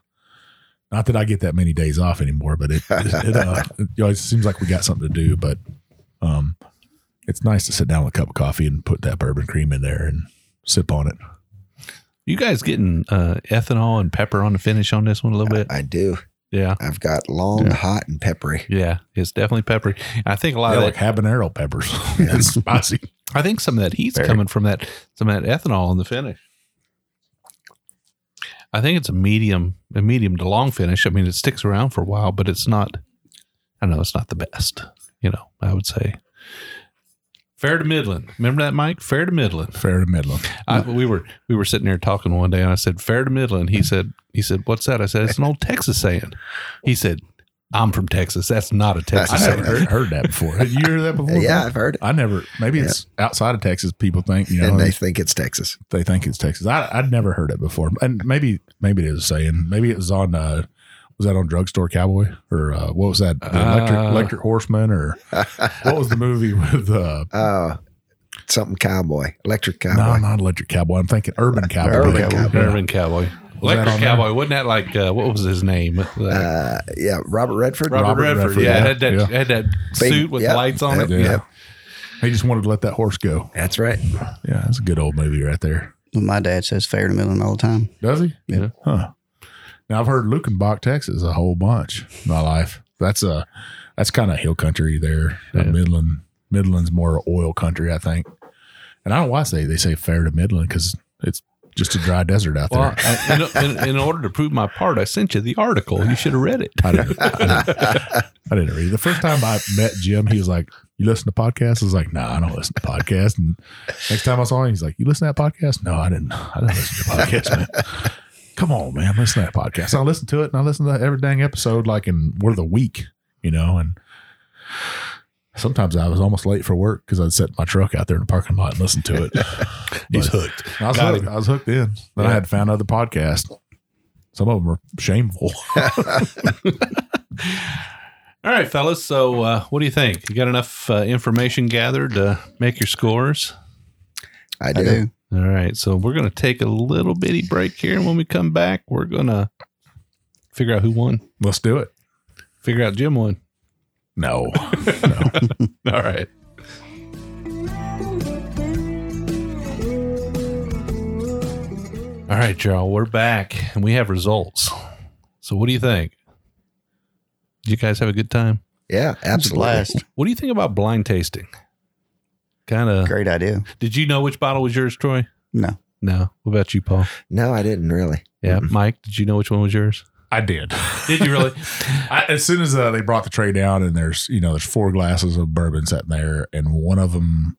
Speaker 1: Not that I get that many days off anymore, but it it, it, uh, it always seems like we got something to do. But um, it's nice to sit down with a cup of coffee and put that bourbon cream in there and sip on it.
Speaker 3: You guys getting uh, ethanol and pepper on the finish on this one a little bit?
Speaker 5: I do.
Speaker 3: Yeah.
Speaker 5: I've got long,
Speaker 2: Yeah.
Speaker 5: hot, and peppery.
Speaker 3: Yeah, it's definitely peppery. I think a lot
Speaker 1: Yeah,
Speaker 3: of
Speaker 1: like
Speaker 3: that,
Speaker 1: habanero peppers. it's spicy.
Speaker 3: I think some of that heat's
Speaker 5: Very.
Speaker 3: coming from that some of that ethanol in the finish. I think it's a medium, a medium to long finish. I mean, it sticks around for a while, but it's not. I know it's not the best. You know, I would say fair to middling. Remember that, Mike? Fair to middling.
Speaker 1: Fair to middling.
Speaker 3: I, we were we were sitting there talking one day, and I said fair to middling. He said he said what's that? I said it's an old Texas saying. He said I'm from Texas. That's not a Texas
Speaker 1: I never
Speaker 3: saying.
Speaker 1: heard, heard that before. Did you hear that before?
Speaker 5: Yeah,
Speaker 1: Bob?
Speaker 5: I've heard it.
Speaker 1: I never. Maybe
Speaker 5: Yeah.
Speaker 1: it's outside of Texas. People think you know
Speaker 5: and they
Speaker 1: they,
Speaker 5: think it's Texas.
Speaker 1: think it's Texas. I I'd never heard it before, and maybe maybe it is a saying. Maybe it was on. Uh, was that on Drugstore Cowboy or uh, what was that? The electric
Speaker 3: Uh.
Speaker 1: Electric Horseman or what was the movie with? Uh,
Speaker 5: Oh, something cowboy, electric
Speaker 1: no,
Speaker 5: cowboy.
Speaker 1: not Electric Cowboy. I'm thinking Urban Cowboy.
Speaker 5: Urban
Speaker 1: Yeah.
Speaker 5: Cowboy.
Speaker 3: Urban Cowboy. Electric
Speaker 1: on there?
Speaker 3: Cowboy. Wasn't that like, uh, what was his name? Like
Speaker 5: Uh, yeah, Robert Redford.
Speaker 3: Robert,
Speaker 1: Robert
Speaker 3: Redford.
Speaker 1: Redford,
Speaker 3: Yeah,
Speaker 1: yeah,
Speaker 3: had that,
Speaker 1: yeah.
Speaker 3: Had that
Speaker 5: Big-
Speaker 3: suit with
Speaker 5: yep,
Speaker 3: lights on
Speaker 5: yep,
Speaker 3: it.
Speaker 1: Yeah.
Speaker 5: yep.
Speaker 1: He just wanted to let that horse go.
Speaker 5: That's right.
Speaker 1: Yeah, that's a good old movie right there.
Speaker 2: My dad says fair to middling all the time.
Speaker 1: Does he?
Speaker 3: Yeah.
Speaker 1: Huh. Now I've heard Lukenbach, Texas, a whole bunch in my life. That's a that's kind of hill country there. Uh,
Speaker 3: Yeah.
Speaker 1: Midland Midland's more oil country, I think. And I don't know why I say they say fair to Midland because it's just a dry desert out
Speaker 3: Well,
Speaker 1: there.
Speaker 3: I, in, in, in order to prove my part, I sent you the article. You should have read it.
Speaker 1: I didn't, I, didn't, I didn't read. it. The first time I met Jim, he was like, "You listen to podcasts?" I was like, "No, nah, I don't listen to podcasts." And next time I saw him, he's like, "You listen to that podcast?" No, I didn't. I didn't listen to podcasts, man. Come on, man, listen to that podcast. And I listened to it, and I listened to every dang episode like in word of the week, you know. And sometimes I was almost late for work because I'd set my truck out there in the parking lot and listen to it.
Speaker 3: He's
Speaker 1: But-
Speaker 3: hooked.
Speaker 1: I was
Speaker 3: Got
Speaker 1: hooked. I was hooked in. Then I
Speaker 3: Yeah.
Speaker 1: had to find other podcasts. Some of them are shameful.
Speaker 3: All right, fellas. So, uh, what do you think? You got enough uh, information gathered to make your scores?
Speaker 5: I
Speaker 2: I
Speaker 5: do.
Speaker 2: do.
Speaker 3: All right. So, we're going to take a little bitty break here. And when we come back, we're going to figure out who won,
Speaker 1: Let's do it.
Speaker 3: figure out Jim won.
Speaker 1: No.
Speaker 3: All right. All right, y'all. We're back and we have results. So, what do you think? Did you guys have a good time?
Speaker 5: Yeah,
Speaker 2: That's
Speaker 5: absolutely.
Speaker 2: last.
Speaker 3: What do you think about blind tasting? Kind of.
Speaker 2: Great idea.
Speaker 3: Did you know which bottle was yours, Troy?
Speaker 2: No.
Speaker 3: No. What about you, Paul?
Speaker 5: No, I didn't really.
Speaker 3: Yeah, Mike. Did you know which one was yours?
Speaker 1: I did.
Speaker 3: Did you really?
Speaker 1: I, as soon as uh, they brought the tray down, and there's you know there's four glasses of bourbon sitting there, and one of them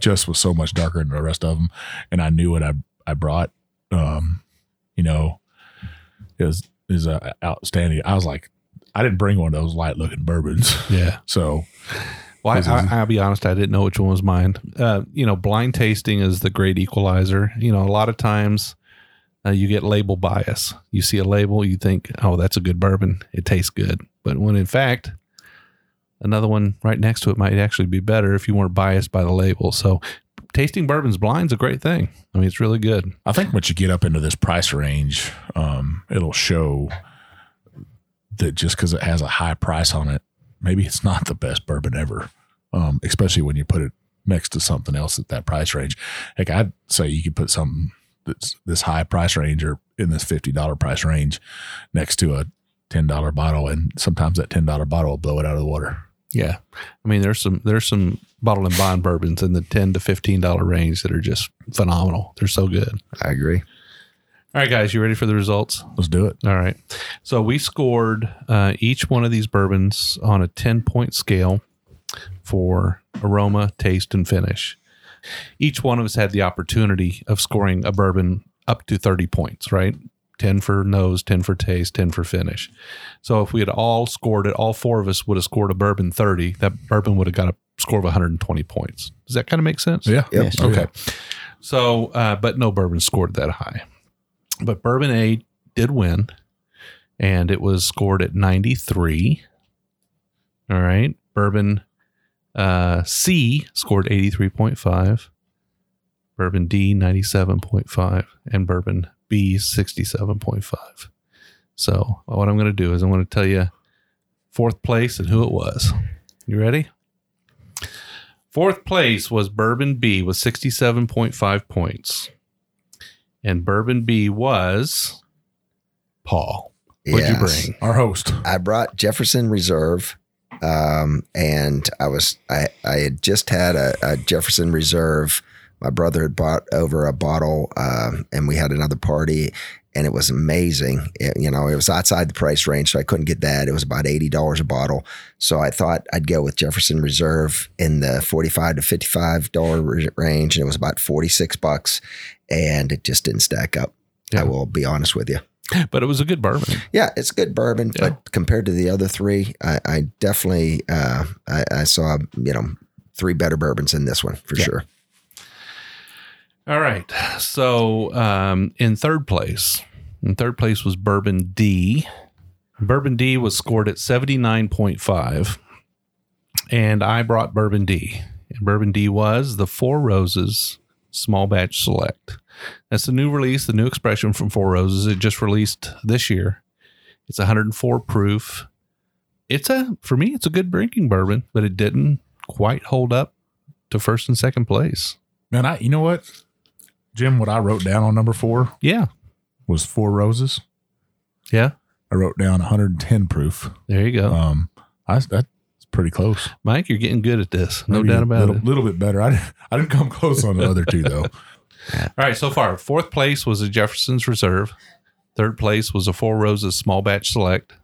Speaker 1: just was so much darker than the rest of them, and I knew what I I brought. Um, you know, is is uh, outstanding. I was like, I didn't bring one of those light looking bourbons,
Speaker 3: yeah.
Speaker 1: so
Speaker 3: Well,
Speaker 1: This
Speaker 3: I,
Speaker 1: is-
Speaker 3: I, I'll be honest. I didn't know which one was mine. Uh, you know, blind tasting is the great equalizer. You know, a lot of times uh, you get label bias. You see a label, you think, "Oh, that's a good bourbon. It tastes good," but when in fact, another one right next to it might actually be better if you weren't biased by the label. So, tasting bourbons blind's a great thing. I mean, it's really good.
Speaker 1: I think once you get up into this price range, um, it'll show that just because it has a high price on it, maybe it's not the best bourbon ever. Um, especially when you put it next to something else at that price range. Like I'd say you could put something that's this high price range or in this fifty dollar price range next to a ten dollar bottle, and sometimes that ten dollar bottle will blow it out of the water.
Speaker 3: Yeah, I mean, there's some there's some bottle and bond bourbons in the ten to fifteen dollar range that are just phenomenal. They're so good.
Speaker 5: I agree.
Speaker 3: All right, guys, you ready for the results?
Speaker 1: Let's do it.
Speaker 3: All right. So we scored uh, each one of these bourbons on a 10 point scale for aroma, taste, and finish. Each one of us had the opportunity of scoring a bourbon up to 30 points, right? 10 for nose, 10 for taste, 10 for finish. So if we had all scored it, all four of us would have scored a bourbon 30, that bourbon would have got a score of 120 points. Does that kind of make sense?
Speaker 1: Yeah.
Speaker 5: Yep.
Speaker 2: Yes.
Speaker 3: Okay. So, uh, but no bourbon scored that high. But Bourbon A did win, and it was scored at 93. All right. Bourbon uh, C scored 83.5, Bourbon D 97.5, and Bourbon B 67.5. So, what I'm going to do is I'm going to tell you fourth place and who it was. You ready? Fourth place was Bourbon B with 67.5 points. And Bourbon B was Paul. What'd you
Speaker 5: Yes.
Speaker 3: bring?
Speaker 1: Our host.
Speaker 5: I brought Jefferson Reserve, um, and I was I I had just had a, a Jefferson Reserve. My brother had bought over a bottle, um, and we had another party, and it was amazing. It- you know, it was outside the price range, so I couldn't get that. It was about eighty dollars a bottle, so I thought I'd go with Jefferson Reserve in the forty-five to fifty-five dollar r- range, and it was about forty-six bucks, and it just didn't stack up.
Speaker 3: Yeah.
Speaker 5: I will be honest with you.
Speaker 3: But it was a good bourbon.
Speaker 5: Yeah, it's good bourbon,
Speaker 3: Yeah.
Speaker 5: but compared to the other three, I, I definitely uh, I, I saw you know three better bourbons in this one for
Speaker 3: Yeah.
Speaker 5: sure.
Speaker 3: All right. So um, in third place, in third place was Bourbon D. Bourbon D was scored at 79.5. And I brought Bourbon D. And Bourbon D was the Four Roses Small Batch Select. That's the new release, the new expression from Four Roses. It just released this year. It's 104 proof. It's a, for me, it's a good drinking bourbon, but it didn't quite hold up to first and second place.
Speaker 1: Man, I you know what? Jim, what I wrote down on number four
Speaker 3: Yeah.
Speaker 1: was four roses.
Speaker 3: Yeah.
Speaker 1: I wrote down 110 proof.
Speaker 3: There you go.
Speaker 1: Um, I, that's pretty close.
Speaker 3: Mike, you're getting good at this. No
Speaker 1: Maybe
Speaker 3: doubt
Speaker 1: a
Speaker 3: about
Speaker 1: little,
Speaker 3: it.
Speaker 1: little bit better. I didn't, I didn't come close on the other two though.
Speaker 3: All right, so far, fourth place was a Jefferson's Reserve. Third place was a Four Roses Small Batch Select.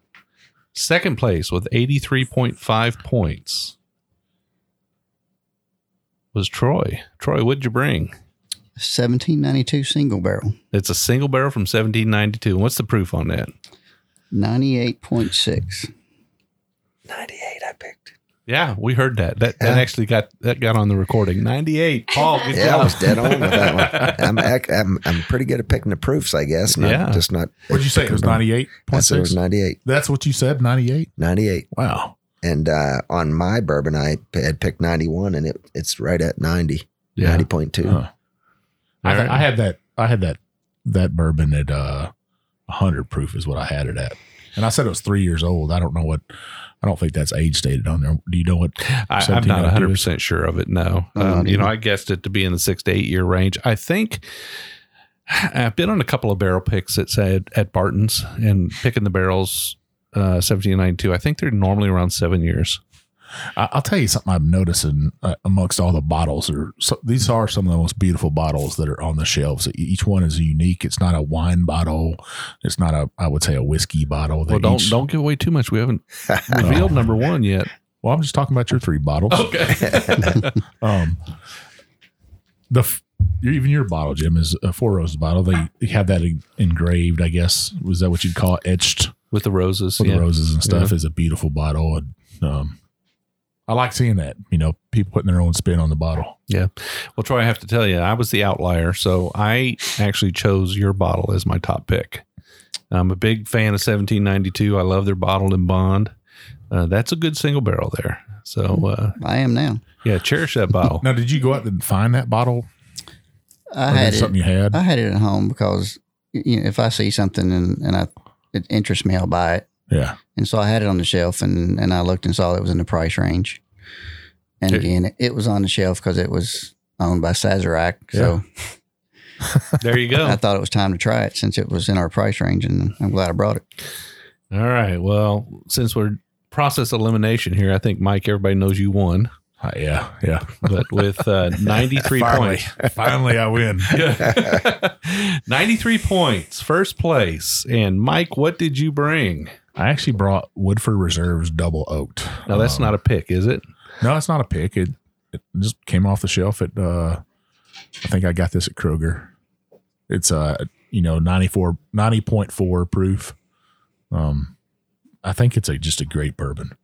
Speaker 3: Second place with 83.5 points was Troy. Troy, what'd you bring?
Speaker 2: 1792 single barrel,
Speaker 3: It's a single barrel from 1792. What's the proof on that?
Speaker 2: 98.6.
Speaker 5: 98, I picked.
Speaker 3: Yeah, we heard that. That, that
Speaker 5: Yeah.
Speaker 3: actually got that got on the recording. 98. Paul, good
Speaker 5: Yeah, I
Speaker 3: job.
Speaker 5: was dead on with that one. I'm, ac- I'm, I'm pretty good at picking the proofs, I guess. Not,
Speaker 3: Yeah.
Speaker 5: Just not.
Speaker 1: What'd you say? It was ninety eight
Speaker 5: I
Speaker 1: point
Speaker 5: said it was
Speaker 1: six.
Speaker 5: 98.
Speaker 1: That's what you said. Ninety eight.
Speaker 5: 98.
Speaker 1: Wow.
Speaker 5: And uh, on my bourbon, I p- had picked 91, and it, it's right at 90,
Speaker 3: Yeah.
Speaker 5: 90.2.
Speaker 1: Huh. I,
Speaker 3: All right.
Speaker 1: I had that. I had that. That bourbon at uh, hundred proof is what I had it at, and I said it was three years old. I don't know what. I don't think that's age stated on there. Do you know what?
Speaker 3: I, I'm not 100
Speaker 1: 1792 is?
Speaker 3: percent sure of it. No,
Speaker 2: I'm not
Speaker 3: um, you know,
Speaker 2: either.
Speaker 3: I guessed it to be in the six to eight year range. I think I've been on a couple of barrel picks at said at Barton's and picking the barrels. Uh, 1792. I think they're normally around seven years.
Speaker 1: I, I'll tell you something I'm noticing uh, amongst all the bottles are so, these are some of the most beautiful bottles that are on the shelves. E- Each one is unique. It's not a wine bottle. It's not a I would say a whiskey bottle. They
Speaker 3: Well, don't
Speaker 1: each-
Speaker 3: don't give away too much. We haven't revealed number one yet.
Speaker 1: Well, I'm just talking about your three bottles.
Speaker 3: Oh. Okay.
Speaker 1: Um, the f- your, even your bottle, Jim, is a four roses bottle. They, they have that en- engraved. I guess was that what you'd call it, etched
Speaker 3: With the roses.
Speaker 1: with
Speaker 3: yeah.
Speaker 1: the roses and stuff. Is a beautiful bottle, and um, I like seeing that. You know, people putting their own spin on the bottle.
Speaker 3: Well, Troy, I have to tell you, I was the outlier. So I actually chose your bottle as my top pick. I'm a big fan of 1792. I love their bottled and bond. Uh, that's a good single barrel there. So uh,
Speaker 2: I am now.
Speaker 3: yeah, cherish that bottle.
Speaker 1: Now, did you go out and find that bottle?
Speaker 2: I
Speaker 1: Or
Speaker 2: had
Speaker 1: that's
Speaker 2: it. Uh,
Speaker 1: something you had.
Speaker 2: I had it at home because you know, if I see something and, and I it interests me, I'll buy it.
Speaker 1: yeah,
Speaker 2: And so I had it on the shelf and, and I looked and saw it was in the price range. And
Speaker 3: Yeah.
Speaker 2: again, it was on the shelf because it was owned by Sazerac. So
Speaker 3: There you
Speaker 2: I
Speaker 3: go.
Speaker 2: thought it was time to try it since it was in our price range. And I'm glad I brought it.
Speaker 3: All right. Well, since we're process elimination here, I think Mike, everybody knows you won,
Speaker 1: Uh, yeah, yeah.
Speaker 3: but with uh, 93
Speaker 1: Finally.
Speaker 3: points.
Speaker 1: Finally, I win.
Speaker 3: Good. 93 points, first place. And Mike, what did you bring?
Speaker 1: I actually brought Woodford Reserves double oaked.
Speaker 3: Now, that's
Speaker 1: Um,
Speaker 3: not a pick, is it?
Speaker 1: No, it's not a pick. It it just came off the shelf at uh I think I got this at Kroger. It's uh you know 94 90.4 proof. Um I think it's a just a great bourbon.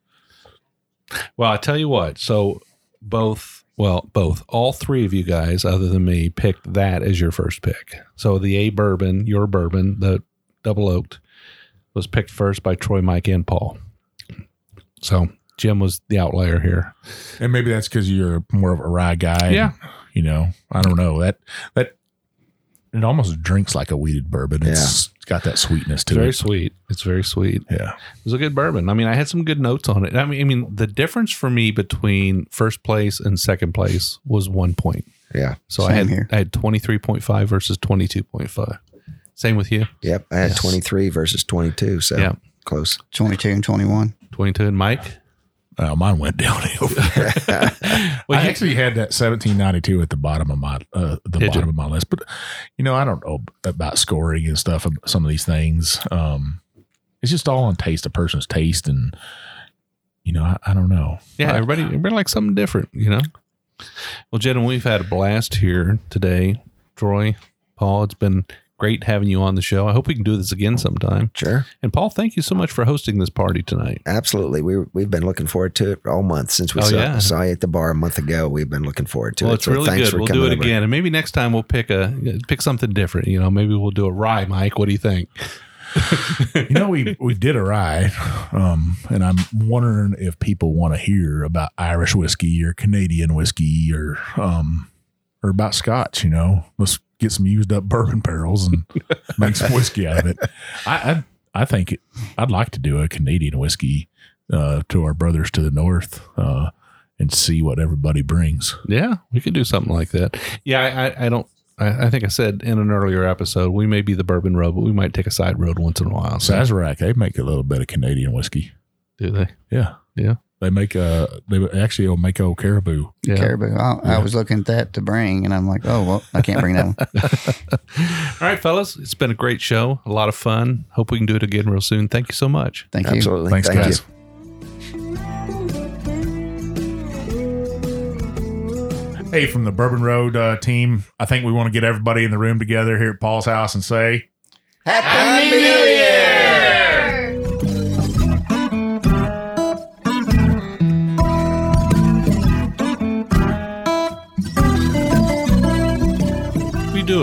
Speaker 3: Well, I tell you what. So both, well, both, all three of you guys, other than me, picked that as your first pick. So the A bourbon, your bourbon, the double oaked, was picked first by Troy, Mike, and Paul. So Jim was the outlier here.
Speaker 1: And maybe that's cuz you're more of a rye guy.
Speaker 3: Yeah.
Speaker 1: You know, I don't know. That that it almost drinks like a weeded bourbon. It's got that sweetness
Speaker 3: It's
Speaker 1: to
Speaker 3: very
Speaker 1: it.
Speaker 3: sweet. It's very sweet.
Speaker 1: Yeah.
Speaker 3: It was a good bourbon. I mean, I had some good notes on it. I mean, I mean, the difference for me between first place and second place was one point.
Speaker 5: Yeah.
Speaker 3: So I
Speaker 2: Same
Speaker 3: had
Speaker 2: here.
Speaker 3: I had twenty three point five versus twenty two point five. Same with you.
Speaker 5: Yep. I had
Speaker 2: Yes.
Speaker 5: 23 versus 22. So
Speaker 3: Yeah.
Speaker 5: close.
Speaker 2: 22 and 21.
Speaker 3: 22 and Mike.
Speaker 1: Uh, mine went downhill.
Speaker 3: Well,
Speaker 1: I
Speaker 3: you-
Speaker 1: actually had that 1792 at the bottom of my uh, the
Speaker 3: Did
Speaker 1: bottom
Speaker 3: you?
Speaker 1: of my list, but you know I don't know about scoring and stuff. ab- Some of these things, um, it's just all on taste, a person's taste, and you know I, I don't know.
Speaker 3: yeah, everybody, everybody likes something different, you know? Well, Jen, we've had a blast here today. Troy, Paul, it's been great having you on the show. I hope we can do this again sometime.
Speaker 5: Sure.
Speaker 3: And Paul, thank you so much for hosting this party tonight.
Speaker 5: Absolutely. We, we've been looking forward to it all month since we
Speaker 3: Oh,
Speaker 5: saw,
Speaker 3: yeah.
Speaker 5: saw you at the bar a month ago. We've been looking forward to
Speaker 3: well,
Speaker 5: it.
Speaker 3: it's really good. We'll do it
Speaker 5: over.
Speaker 3: again, and maybe next time we'll pick a pick something different. You know, maybe we'll do a rye, Mike. What do you think?
Speaker 1: You know we we did a ride, um, and I'm wondering if people want to hear about Irish whiskey or Canadian whiskey or um, or about Scotch. You know, let's get some used up bourbon barrels and make some whiskey out of it. I I, I think it, I'd like to do a Canadian whiskey uh, to our brothers to the north uh, and see what everybody brings.
Speaker 3: Yeah, we could do something like that. Yeah, I, I, I don't. I, I think I said in an earlier episode we may be the bourbon road, but we might take a side road once in a while. So
Speaker 1: Sazerac, they make a little bit of Canadian whiskey.
Speaker 3: do they?
Speaker 1: Yeah,
Speaker 3: Yeah.
Speaker 1: They make a they actually will make old caribou.
Speaker 3: Yeah.
Speaker 2: Caribou. I,
Speaker 1: Yeah.
Speaker 2: I was looking at that to bring, and I'm like, oh well, I can't bring that one.
Speaker 3: All right, fellas, it's been a great show, a lot of fun. Hope we can do it again real soon. Thank you so much.
Speaker 2: Thank you.
Speaker 5: Absolutely.
Speaker 1: Thanks,
Speaker 5: Thank
Speaker 1: guys.
Speaker 5: you.
Speaker 1: Hey, from the Bourbon Road uh, team, I think we want to get everybody in the room together here at Paul's house and say,
Speaker 5: Happy New Year!
Speaker 3: We do